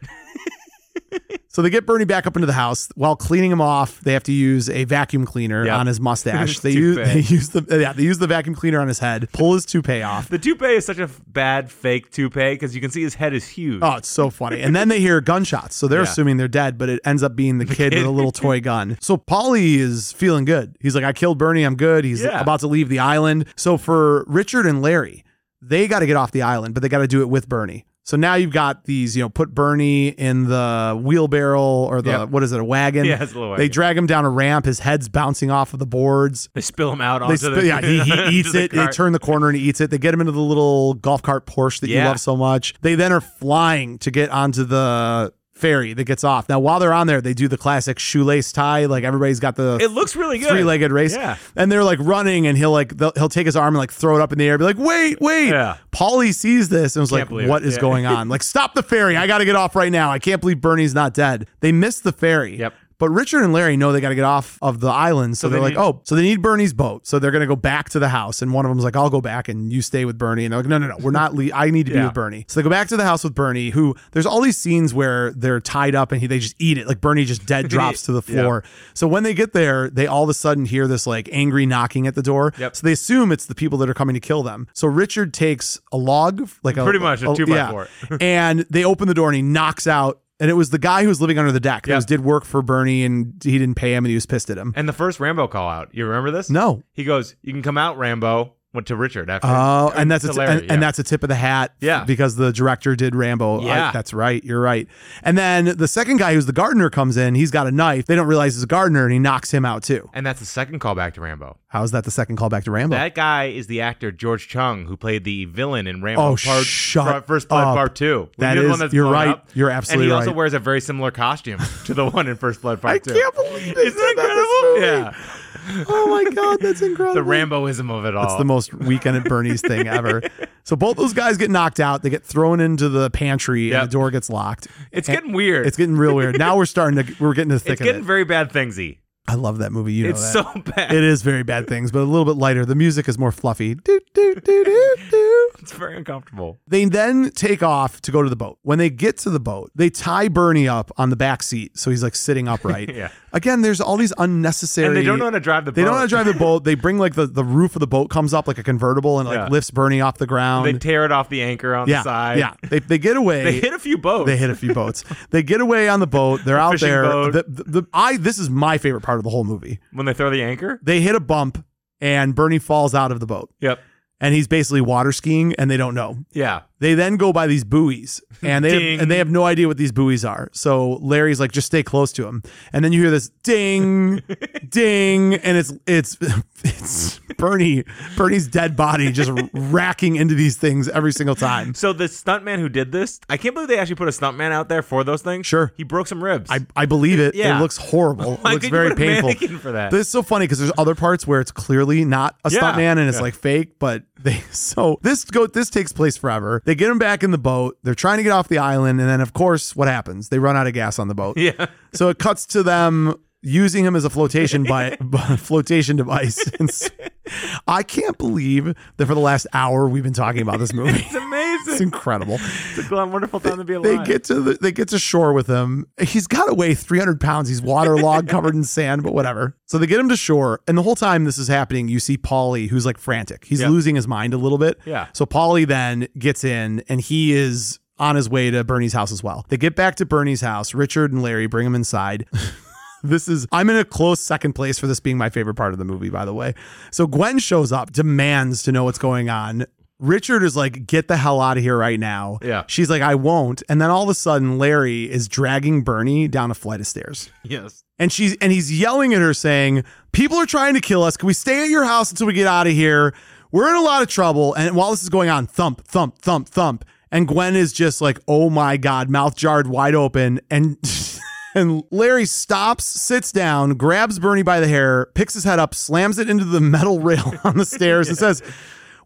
[SPEAKER 1] So they get Bernie back up into the house. While cleaning him off, they have to use a vacuum cleaner
[SPEAKER 2] Yeah.
[SPEAKER 1] on his mustache. They
[SPEAKER 2] His
[SPEAKER 1] use,
[SPEAKER 2] toupee.
[SPEAKER 1] they use the yeah they use the vacuum cleaner on his head. Pull his toupee off.
[SPEAKER 2] The toupee is such a f- bad fake toupee because you can see his head is huge.
[SPEAKER 1] Oh, it's so funny. And then they hear gunshots. So they're
[SPEAKER 2] Yeah.
[SPEAKER 1] assuming they're dead, but it ends up being the kid with a little toy gun. So Polly is feeling good. He's like, I killed Bernie. I'm good. He's
[SPEAKER 2] Yeah.
[SPEAKER 1] about to leave the island. So for Richard and Larry, they got to get off the island, but they got to do it with Bernie. So now you've got these, you know, put Bernie in the wheelbarrow or the,
[SPEAKER 2] Yep.
[SPEAKER 1] what is it, a wagon?
[SPEAKER 2] Yeah, it's a little
[SPEAKER 1] They
[SPEAKER 2] wagon.
[SPEAKER 1] drag him down a ramp. His head's bouncing off of the boards.
[SPEAKER 2] They spill him out
[SPEAKER 1] They
[SPEAKER 2] onto
[SPEAKER 1] sp-
[SPEAKER 2] the.
[SPEAKER 1] yeah, he,
[SPEAKER 2] onto
[SPEAKER 1] he eats
[SPEAKER 2] the
[SPEAKER 1] it. They
[SPEAKER 2] cart.
[SPEAKER 1] turn the corner and he eats it. They get him into the little golf cart Porsche that you
[SPEAKER 2] Yeah.
[SPEAKER 1] love so much. They then are flying to get onto the ferry that gets off. Now, while they're on there, they do the classic shoelace tie. Like everybody's got the
[SPEAKER 2] It looks really good.
[SPEAKER 1] three-legged race.
[SPEAKER 2] Yeah.
[SPEAKER 1] And they're like running, and he'll like they'll- he'll take his arm and like throw it up in the air, be like, "Wait, wait!"
[SPEAKER 2] Yeah.
[SPEAKER 1] Paulie sees this and was
[SPEAKER 2] Can't
[SPEAKER 1] like,
[SPEAKER 2] believe
[SPEAKER 1] "What
[SPEAKER 2] it.
[SPEAKER 1] is
[SPEAKER 2] Yeah.
[SPEAKER 1] going on? Like, stop the ferry! I got to get off right now! I can't believe Bernie's not dead." They miss the ferry.
[SPEAKER 2] Yep.
[SPEAKER 1] But Richard and Larry know they got to get off of the island, so,
[SPEAKER 2] So
[SPEAKER 1] they're
[SPEAKER 2] they
[SPEAKER 1] like,
[SPEAKER 2] need-
[SPEAKER 1] "Oh, so they need Bernie's boat." So they're going to go back to the house, and one of them's like, "I'll go back, and you stay with Bernie." And they're like, "No, no, no, we're not. Le- I need to be
[SPEAKER 2] Yeah.
[SPEAKER 1] with Bernie." So they go back to the house with Bernie. Who there's all these scenes where they're tied up and he, they just eat it. Like Bernie just dead drops to the
[SPEAKER 2] Yeah.
[SPEAKER 1] floor. So when they get there, they all of a sudden hear this like angry knocking at the door.
[SPEAKER 2] Yep.
[SPEAKER 1] So they assume it's the people that are coming to kill them. So Richard takes a log, like a,
[SPEAKER 2] Pretty much a two by four.
[SPEAKER 1] and they open the door and he knocks out. And it was the guy who was living under the deck. That
[SPEAKER 2] Yep.
[SPEAKER 1] was, did work for Bernie and he didn't pay him and he was pissed at him.
[SPEAKER 2] And the first Rambo call out. You remember this?
[SPEAKER 1] No.
[SPEAKER 2] He goes, "You can come out, Rambo." Went to Richard after.
[SPEAKER 1] Oh, and that's a
[SPEAKER 2] to
[SPEAKER 1] t-
[SPEAKER 2] Larry,
[SPEAKER 1] and, and
[SPEAKER 2] yeah.
[SPEAKER 1] that's a tip of the hat.
[SPEAKER 2] Yeah.
[SPEAKER 1] because the director did Rambo. I-
[SPEAKER 2] Yeah.
[SPEAKER 1] that's right. You're right. And then the second guy, who's the gardener, comes in. He's got a knife. They don't realize he's a gardener, and he knocks him out too.
[SPEAKER 2] and that's the second callback to Rambo.
[SPEAKER 1] How is that the second callback to Rambo?
[SPEAKER 2] That guy is the actor George Chung who played the villain in Rambo
[SPEAKER 1] Oh,
[SPEAKER 2] Part
[SPEAKER 1] shut
[SPEAKER 2] Part- First Blood
[SPEAKER 1] up.
[SPEAKER 2] Part Two. We
[SPEAKER 1] That
[SPEAKER 2] did
[SPEAKER 1] is-
[SPEAKER 2] one that's
[SPEAKER 1] you're
[SPEAKER 2] blown
[SPEAKER 1] right.
[SPEAKER 2] up.
[SPEAKER 1] You're
[SPEAKER 2] And
[SPEAKER 1] absolutely
[SPEAKER 2] he also
[SPEAKER 1] right.
[SPEAKER 2] wears a very similar costume to the one in First Blood Part
[SPEAKER 1] I
[SPEAKER 2] Two.
[SPEAKER 1] can't believe they
[SPEAKER 2] Isn't
[SPEAKER 1] did that
[SPEAKER 2] that
[SPEAKER 1] this
[SPEAKER 2] incredible?
[SPEAKER 1] movie. oh my god, that's
[SPEAKER 2] Yeah, the
[SPEAKER 1] incredible.
[SPEAKER 2] Ramboism of it all.
[SPEAKER 1] That's the most weekend at Bernie's thing ever. So both those guys get knocked out. They get thrown into the pantry,
[SPEAKER 2] Yep.
[SPEAKER 1] and the door gets locked.
[SPEAKER 2] It's
[SPEAKER 1] And-
[SPEAKER 2] getting weird.
[SPEAKER 1] It's getting real weird. Now we're starting to we're getting to the thick
[SPEAKER 2] It's
[SPEAKER 1] of
[SPEAKER 2] getting
[SPEAKER 1] it.
[SPEAKER 2] very bad thingsy.
[SPEAKER 1] I love that movie. You know
[SPEAKER 2] It's
[SPEAKER 1] that.
[SPEAKER 2] so bad.
[SPEAKER 1] it is very bad things, but a little bit lighter. The music is more fluffy. Do, do, do, do, do.
[SPEAKER 2] It's very uncomfortable.
[SPEAKER 1] They then take off to go to the boat. When they get to the boat, they tie Bernie up on the back seat, so he's like sitting upright.
[SPEAKER 2] Yeah.
[SPEAKER 1] Again, there's all these unnecessary.
[SPEAKER 2] And they don't know how to drive the
[SPEAKER 1] They
[SPEAKER 2] boat.
[SPEAKER 1] don't know how to drive the boat. They bring like the, the roof of the boat comes up like a convertible and like
[SPEAKER 2] Yeah.
[SPEAKER 1] lifts Bernie off the ground.
[SPEAKER 2] They tear it off the anchor on
[SPEAKER 1] yeah,
[SPEAKER 2] the side.
[SPEAKER 1] yeah. They, they get away.
[SPEAKER 2] They hit a few boats.
[SPEAKER 1] They hit a few boats. They get away on the boat. They're out
[SPEAKER 2] Fishing
[SPEAKER 1] there.
[SPEAKER 2] boat.
[SPEAKER 1] The, the, the, I this is my favorite part of the whole movie.
[SPEAKER 2] when they throw the anchor?
[SPEAKER 1] They hit a bump and Bernie falls out of the boat.
[SPEAKER 2] Yep.
[SPEAKER 1] and he's basically water skiing and they don't know.
[SPEAKER 2] Yeah.
[SPEAKER 1] They then go by these buoys and they
[SPEAKER 2] Ding.
[SPEAKER 1] and they have no idea what these buoys are. So Larry's like just stay close to him. And then you hear this ding ding and it's it's it's Bernie Bernie's dead body just racking into these things every single time.
[SPEAKER 2] So the stuntman who did this, I can't believe they actually put a stuntman out there for those things.
[SPEAKER 1] Sure.
[SPEAKER 2] He broke some ribs.
[SPEAKER 1] I, I believe it.
[SPEAKER 2] Yeah.
[SPEAKER 1] It looks horrible. It
[SPEAKER 2] Why
[SPEAKER 1] looks
[SPEAKER 2] couldn't you
[SPEAKER 1] very
[SPEAKER 2] put a
[SPEAKER 1] painful.
[SPEAKER 2] mannequin for that?
[SPEAKER 1] This is so funny because there's other parts where it's clearly not a
[SPEAKER 2] Yeah.
[SPEAKER 1] stuntman and it's
[SPEAKER 2] Yeah.
[SPEAKER 1] like fake, but they so this go this takes place forever. They get him back in the boat. They're trying to get off the island. And then, of course, what happens? They run out of gas on the boat.
[SPEAKER 2] Yeah.
[SPEAKER 1] So it cuts to them using him as a flotation bi- flotation device. And s- I can't believe that for the last hour we've been talking about this movie.
[SPEAKER 2] It's amazing.
[SPEAKER 1] It's incredible.
[SPEAKER 2] It's a wonderful time to be
[SPEAKER 1] They
[SPEAKER 2] alive.
[SPEAKER 1] get to the, they get to shore with him. He's got to weigh 300 pounds. He's waterlogged, covered in sand, but whatever. So they get him to shore, and the whole time this is happening, you see Polly, who's like frantic. He's
[SPEAKER 2] Yeah.
[SPEAKER 1] losing his mind a little bit.
[SPEAKER 2] Yeah.
[SPEAKER 1] So Polly then gets in, and he is on his way to Bernie's house as well. They get back to Bernie's house. Richard and Larry bring him inside. This is, I'm in a close second place for this being my favorite part of the movie, by the way. So Gwen shows up, demands to know what's going on. Richard is like, get the hell out of here right now.
[SPEAKER 2] Yeah.
[SPEAKER 1] She's like, I won't. And then all of a sudden, Larry is dragging Bernie down a flight of stairs.
[SPEAKER 2] yes.
[SPEAKER 1] And she's and he's yelling at her, saying, People are trying to kill us. Can we stay at your house until we get out of here? We're in a lot of trouble. And while this is going on, thump, thump, thump, thump. And Gwen is just like, oh my God, mouth jarred wide open. And and Larry stops, sits down, grabs Bernie by the hair, picks his head up, slams it into the metal rail on the stairs, and says,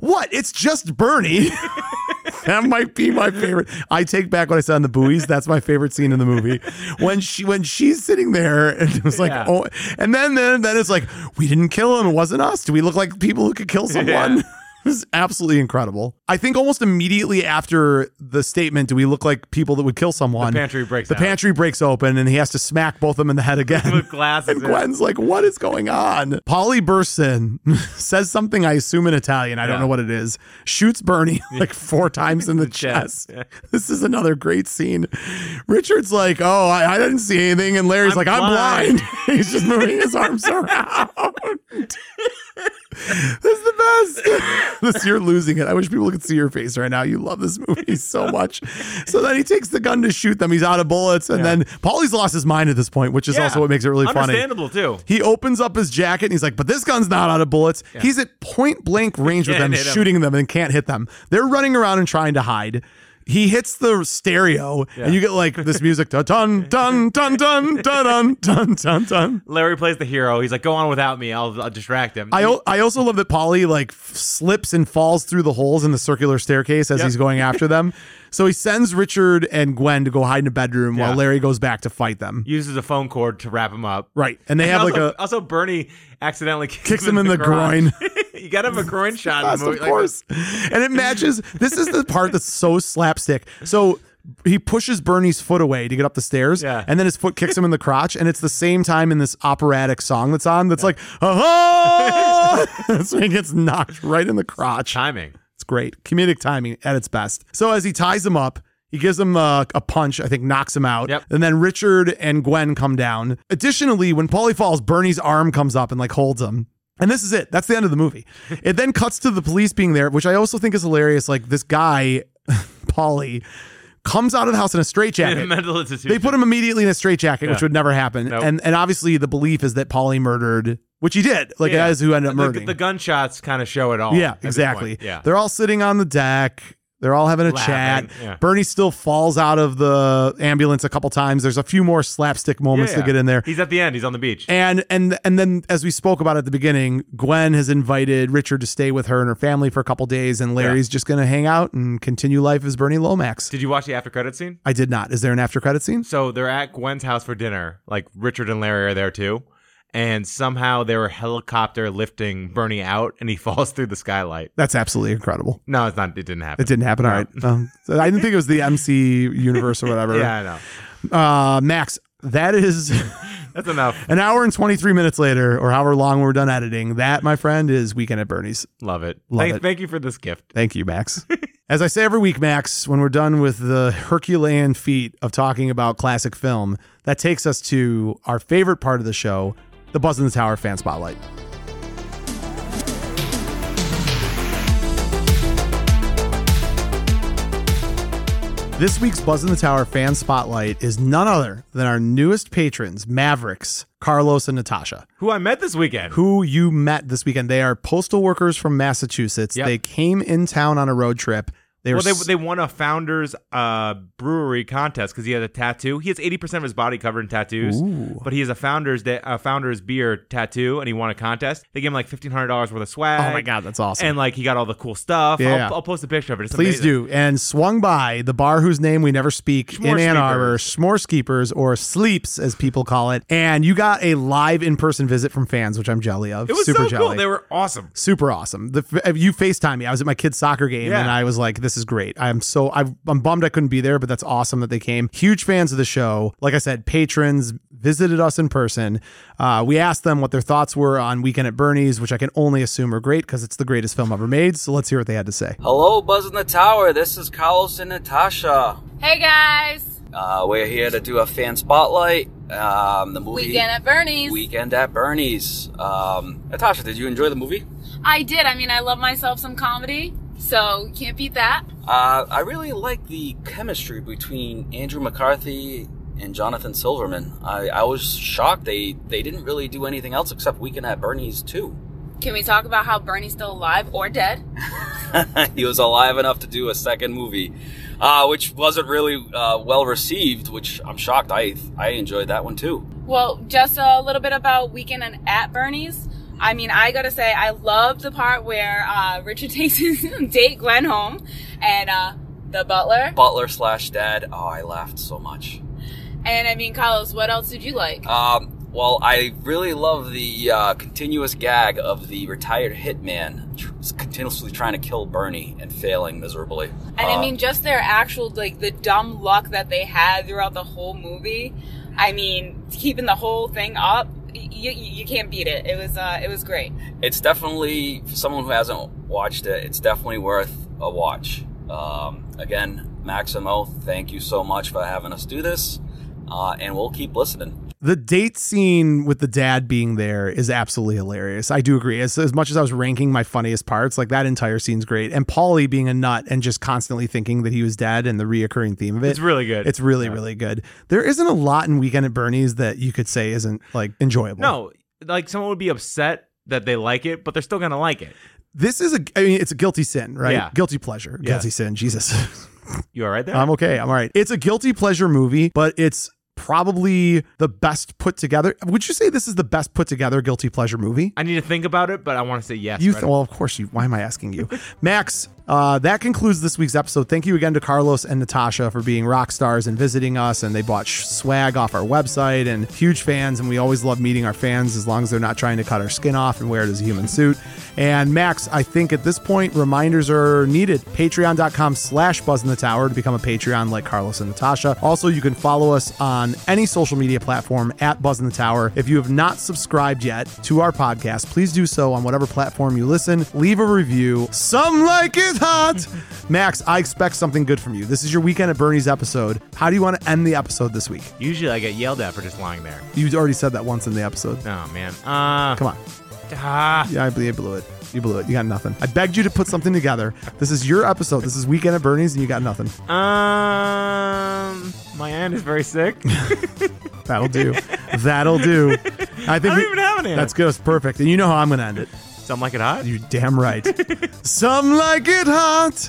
[SPEAKER 1] What? It's just Bernie. that might be my favorite. I take back what I said on the buoys. That's my favorite scene in the movie. When she when she's sitting there and it was like,
[SPEAKER 2] Yeah.
[SPEAKER 1] oh and then then then it's like, we didn't kill him, it wasn't us. Do we look like people who could kill someone?
[SPEAKER 2] Yeah.
[SPEAKER 1] It was absolutely incredible. I think almost immediately after the statement, do we look like people that would kill someone?
[SPEAKER 2] pantry breaks
[SPEAKER 1] The
[SPEAKER 2] out.
[SPEAKER 1] pantry breaks open, and he has to smack both of them in the head again.
[SPEAKER 2] With glasses.
[SPEAKER 1] And Gwen's like, what is going on? Polly bursts in, says something I assume in Italian. I don't
[SPEAKER 2] Yeah.
[SPEAKER 1] know what it is. Shoots Bernie like four times in the
[SPEAKER 2] chest.
[SPEAKER 1] chest. This is another great scene. Richard's like, oh, I, I didn't see anything. And Larry's
[SPEAKER 2] I'm
[SPEAKER 1] like, I'm
[SPEAKER 2] blind."
[SPEAKER 1] blind. He's just moving his arms around. This is the best. this you're losing it. I wish people could see your face right now. You love this movie so much. So then he takes the gun to shoot them. He's out of bullets, and then Paulie's lost his mind at this point, which is
[SPEAKER 2] Yeah.
[SPEAKER 1] also what makes it really funny.
[SPEAKER 2] Understandable too.
[SPEAKER 1] He opens up his jacket and he's like, "But this gun's not out of bullets." He's at point blank range with
[SPEAKER 2] Can't
[SPEAKER 1] them,
[SPEAKER 2] hit 'em.
[SPEAKER 1] shooting them, and can't hit them. They're running around and trying to hide. He hits the stereo, and you get like this music: dun dun dun dun dun dun dun dun dun.
[SPEAKER 2] Larry plays the hero. He's like, go on without me. I'll, I'll distract him.
[SPEAKER 1] I, al- I also love that Polly like f- slips and falls through the holes in the circular staircase as he's going after them. So he sends Richard and Gwen to go hide in a bedroom while
[SPEAKER 2] Yeah.
[SPEAKER 1] Larry goes back to fight them.
[SPEAKER 2] uses a phone cord to wrap him up.
[SPEAKER 1] Right, and they have
[SPEAKER 2] also,
[SPEAKER 1] like "Oh, a
[SPEAKER 2] also Bernie accidentally kicks,
[SPEAKER 1] Kicks him in the
[SPEAKER 2] you got him a groin shot. in
[SPEAKER 1] Yes,
[SPEAKER 2] the movie.
[SPEAKER 1] of
[SPEAKER 2] like,
[SPEAKER 1] course. and it matches. This is the part that's so slapstick. So he pushes Bernie's foot away to get up the stairs,
[SPEAKER 2] Yeah.
[SPEAKER 1] and then his foot kicks him in the crotch, and it's the same time in this operatic song that's on. That's like, oh, so he gets knocked right in the crotch.
[SPEAKER 2] timing.
[SPEAKER 1] It's great. Comedic timing at its best. So as he ties him up, he gives him a, a punch, I think knocks him out.
[SPEAKER 2] Yep.
[SPEAKER 1] And then Richard and Gwen come down. Additionally, when Polly falls, Bernie's arm comes up and like holds him. And this is it. That's the end of the movie. It then cuts to the police being there, which I also think is hilarious. Like this guy, Polly, comes out of the house in a straitjacket.
[SPEAKER 2] Mental institution.
[SPEAKER 1] They put him immediately in a straitjacket, which would never happen.
[SPEAKER 2] Nope.
[SPEAKER 1] And and obviously the belief is that Polly murdered, which he did. Like
[SPEAKER 2] Yeah.
[SPEAKER 1] that is who ended up
[SPEAKER 2] the,
[SPEAKER 1] murdering.
[SPEAKER 2] the gunshots kind of show it all.
[SPEAKER 1] Yeah,
[SPEAKER 2] at this
[SPEAKER 1] exactly.
[SPEAKER 2] point. Yeah.
[SPEAKER 1] They're all sitting on the deck. They're all having a
[SPEAKER 2] Laughing,
[SPEAKER 1] chat.
[SPEAKER 2] yeah.
[SPEAKER 1] Bernie still falls out of the ambulance a couple times. There's a few more slapstick moments
[SPEAKER 2] Yeah, yeah.
[SPEAKER 1] to get in there.
[SPEAKER 2] He's at the end. He's on the beach.
[SPEAKER 1] And and and then as we spoke about at the beginning, Gwen has invited Richard to stay with her and her family for a couple days and Larry's just going to hang out and continue life as Bernie Lomax.
[SPEAKER 2] Did you watch the after credit scene?
[SPEAKER 1] I did not. Is there an after credit scene?
[SPEAKER 2] So they're at Gwen's house for dinner. Like Richard and Larry are there too. And somehow they were helicopter lifting Bernie out and he falls through the skylight.
[SPEAKER 1] That's absolutely incredible.
[SPEAKER 2] No, it's not. It didn't happen.
[SPEAKER 1] It didn't happen. All right. Um, so I didn't think it was the MC universe or whatever.
[SPEAKER 2] Yeah, I know.
[SPEAKER 1] Uh, Max, that is
[SPEAKER 2] That's enough.
[SPEAKER 1] An hour and 23 minutes later, or however long we're done editing, that, my friend, is Weekend at Bernie's.
[SPEAKER 2] Love it.
[SPEAKER 1] Love
[SPEAKER 2] thank,
[SPEAKER 1] it.
[SPEAKER 2] thank you for this gift.
[SPEAKER 1] Thank you, Max. As I say every week, Max, when we're done with the Herculean feat of talking about classic film, that takes us to our favorite part of the show, the Buzz in the Tower fan spotlight. This week's Buzz in the Tower fan spotlight is none other than our newest patrons, Mavericks, Carlos, and Natasha
[SPEAKER 2] Who I met this weekend.
[SPEAKER 1] who you met this weekend. They are postal workers from Massachusetts.
[SPEAKER 2] Yep.
[SPEAKER 1] They came in town on a road trip. They were
[SPEAKER 2] well, they,
[SPEAKER 1] s-
[SPEAKER 2] they won a founders uh, brewery contest because he had a tattoo. He has eighty percent of his body covered in tattoos,
[SPEAKER 1] Ooh.
[SPEAKER 2] but he has a founders da- a founders beer tattoo, and he won a contest. They gave him like fifteen hundred dollars worth of swag.
[SPEAKER 1] oh my god, that's awesome.
[SPEAKER 2] And like he got all the cool stuff.
[SPEAKER 1] Yeah.
[SPEAKER 2] I'll, I'll post a picture of it. It's
[SPEAKER 1] Please
[SPEAKER 2] amazing.
[SPEAKER 1] do. And swung by the bar whose name we never speak in Ann
[SPEAKER 2] S'moreskeepers.
[SPEAKER 1] Arbor, S'moreskeepers or Sleeps as people call it. And you got a live in person visit from fans, which I'm jelly of.
[SPEAKER 2] It was
[SPEAKER 1] Super
[SPEAKER 2] so
[SPEAKER 1] jelly.
[SPEAKER 2] cool. They were awesome.
[SPEAKER 1] Super awesome. The, f- uh, you FaceTime me. I was at my kid's soccer game
[SPEAKER 2] Yeah.
[SPEAKER 1] and I was like, this is great. I'm so, I've, I'm bummed I couldn't be there, but that's awesome that they came. Huge fans of the show. Like I said, patrons visited us in person. Uh, we asked them what their thoughts were on Weekend at Bernie's, which I can only assume are great because it's the greatest film ever made. So let's hear what they had to say.
[SPEAKER 4] Hello, Buzz in the Tower. This is Carlos and Natasha.
[SPEAKER 5] Hey guys,
[SPEAKER 4] Uh, we're here to do a fan spotlight. Um, the movie
[SPEAKER 5] weekend at Bernie's.
[SPEAKER 4] Weekend at Bernie's. Um, Natasha, did you enjoy the movie?
[SPEAKER 5] I did. I mean, I love myself some comedy, so can't beat that.
[SPEAKER 4] Uh, I really like the chemistry between Andrew McCarthy and Jonathan Silverman. I, I was shocked they they didn't really do anything else except Weekend at Bernie's too.
[SPEAKER 5] Can we talk about how Bernie's still alive or dead?
[SPEAKER 4] he was alive enough to do a second movie, uh, which wasn't really uh, well received. Which I'm shocked. I I enjoyed that one too.
[SPEAKER 5] Well, just a little bit about weekend and at Bernie's. I mean, I gotta say, I love the part where uh, Richard takes his date Glenn home, and uh, the butler.
[SPEAKER 4] Butler slash dad. Oh, I laughed so much.
[SPEAKER 5] And I mean, Carlos, what else did you like?
[SPEAKER 4] Um, well, I really love the uh, continuous gag of the retired hitman tr- continuously trying to kill Bernie and failing miserably.
[SPEAKER 5] And
[SPEAKER 4] Uh,
[SPEAKER 5] I mean, just their actual, like, the dumb luck that they had throughout the whole movie. I mean, keeping the whole thing up, you, you can't beat it. It was, uh, it was great.
[SPEAKER 4] it's definitely for someone who hasn't watched it. It's definitely worth a watch. Um, again, Maximo, thank you so much for having us do this, uh, and we'll keep listening.
[SPEAKER 1] The date scene with the dad being there is absolutely hilarious. I do agree. As, as much as I was ranking my funniest parts, like that entire scene's great. And Paulie being a nut and just constantly thinking that he was dead and the reoccurring theme of it.
[SPEAKER 2] It's really good.
[SPEAKER 1] It's really, really good. There isn't a lot in Weekend at Bernie's that you could say isn't like enjoyable.
[SPEAKER 2] No, like someone would be upset that they like it, but they're still gonna like it.
[SPEAKER 1] This is a, I mean, it's a guilty sin, right?
[SPEAKER 2] Yeah.
[SPEAKER 1] Guilty pleasure.
[SPEAKER 2] Yeah.
[SPEAKER 1] Guilty sin. Jesus.
[SPEAKER 2] You all right there?
[SPEAKER 1] I'm okay. I'm all right. It's a guilty pleasure movie, but it's probably the best put together. Would you say this is the best put together guilty pleasure movie?
[SPEAKER 2] I need to think about it, but I want to say yes.
[SPEAKER 1] You
[SPEAKER 2] right
[SPEAKER 1] th- well, of course you. Why am I asking you, Max? Uh, that concludes this week's episode. Thank you again to Carlos and Natasha for being rock stars and visiting us, and they bought sh- swag off our website and huge fans. And we always love meeting our fans as long as they're not trying to cut our skin off and wear it as a human suit. And Max, I think at this point reminders are needed. Patreon.com/slash Buzz in the Tower to become a Patreon like Carlos and Natasha. Also, you can follow us on any social media platform at Buzz in the Tower. If you have not subscribed yet to our podcast, please do so on whatever platform you listen. Leave a review. Some like it hot. Max, I expect something good from you. This is your weekend at Bernie's episode. How do you want to end the episode this week?
[SPEAKER 2] Usually I get yelled at for just lying there.
[SPEAKER 1] You already said that once in the episode.
[SPEAKER 2] Oh man. Uh,
[SPEAKER 1] Come on.
[SPEAKER 2] ah.
[SPEAKER 1] Yeah, I blew, I blew it. You blew it. You got nothing. I begged you to put something together. This is your episode. This is Weekend at Bernie's, and you got nothing.
[SPEAKER 2] Um, my aunt is very sick. I
[SPEAKER 1] That'll do. That'll do. I think
[SPEAKER 2] don't
[SPEAKER 1] we-
[SPEAKER 2] even have an aunt.
[SPEAKER 1] that's good. It's perfect. And you know how I'm going to end it.
[SPEAKER 2] Something like it hot.
[SPEAKER 1] You're damn right. Some like it hot.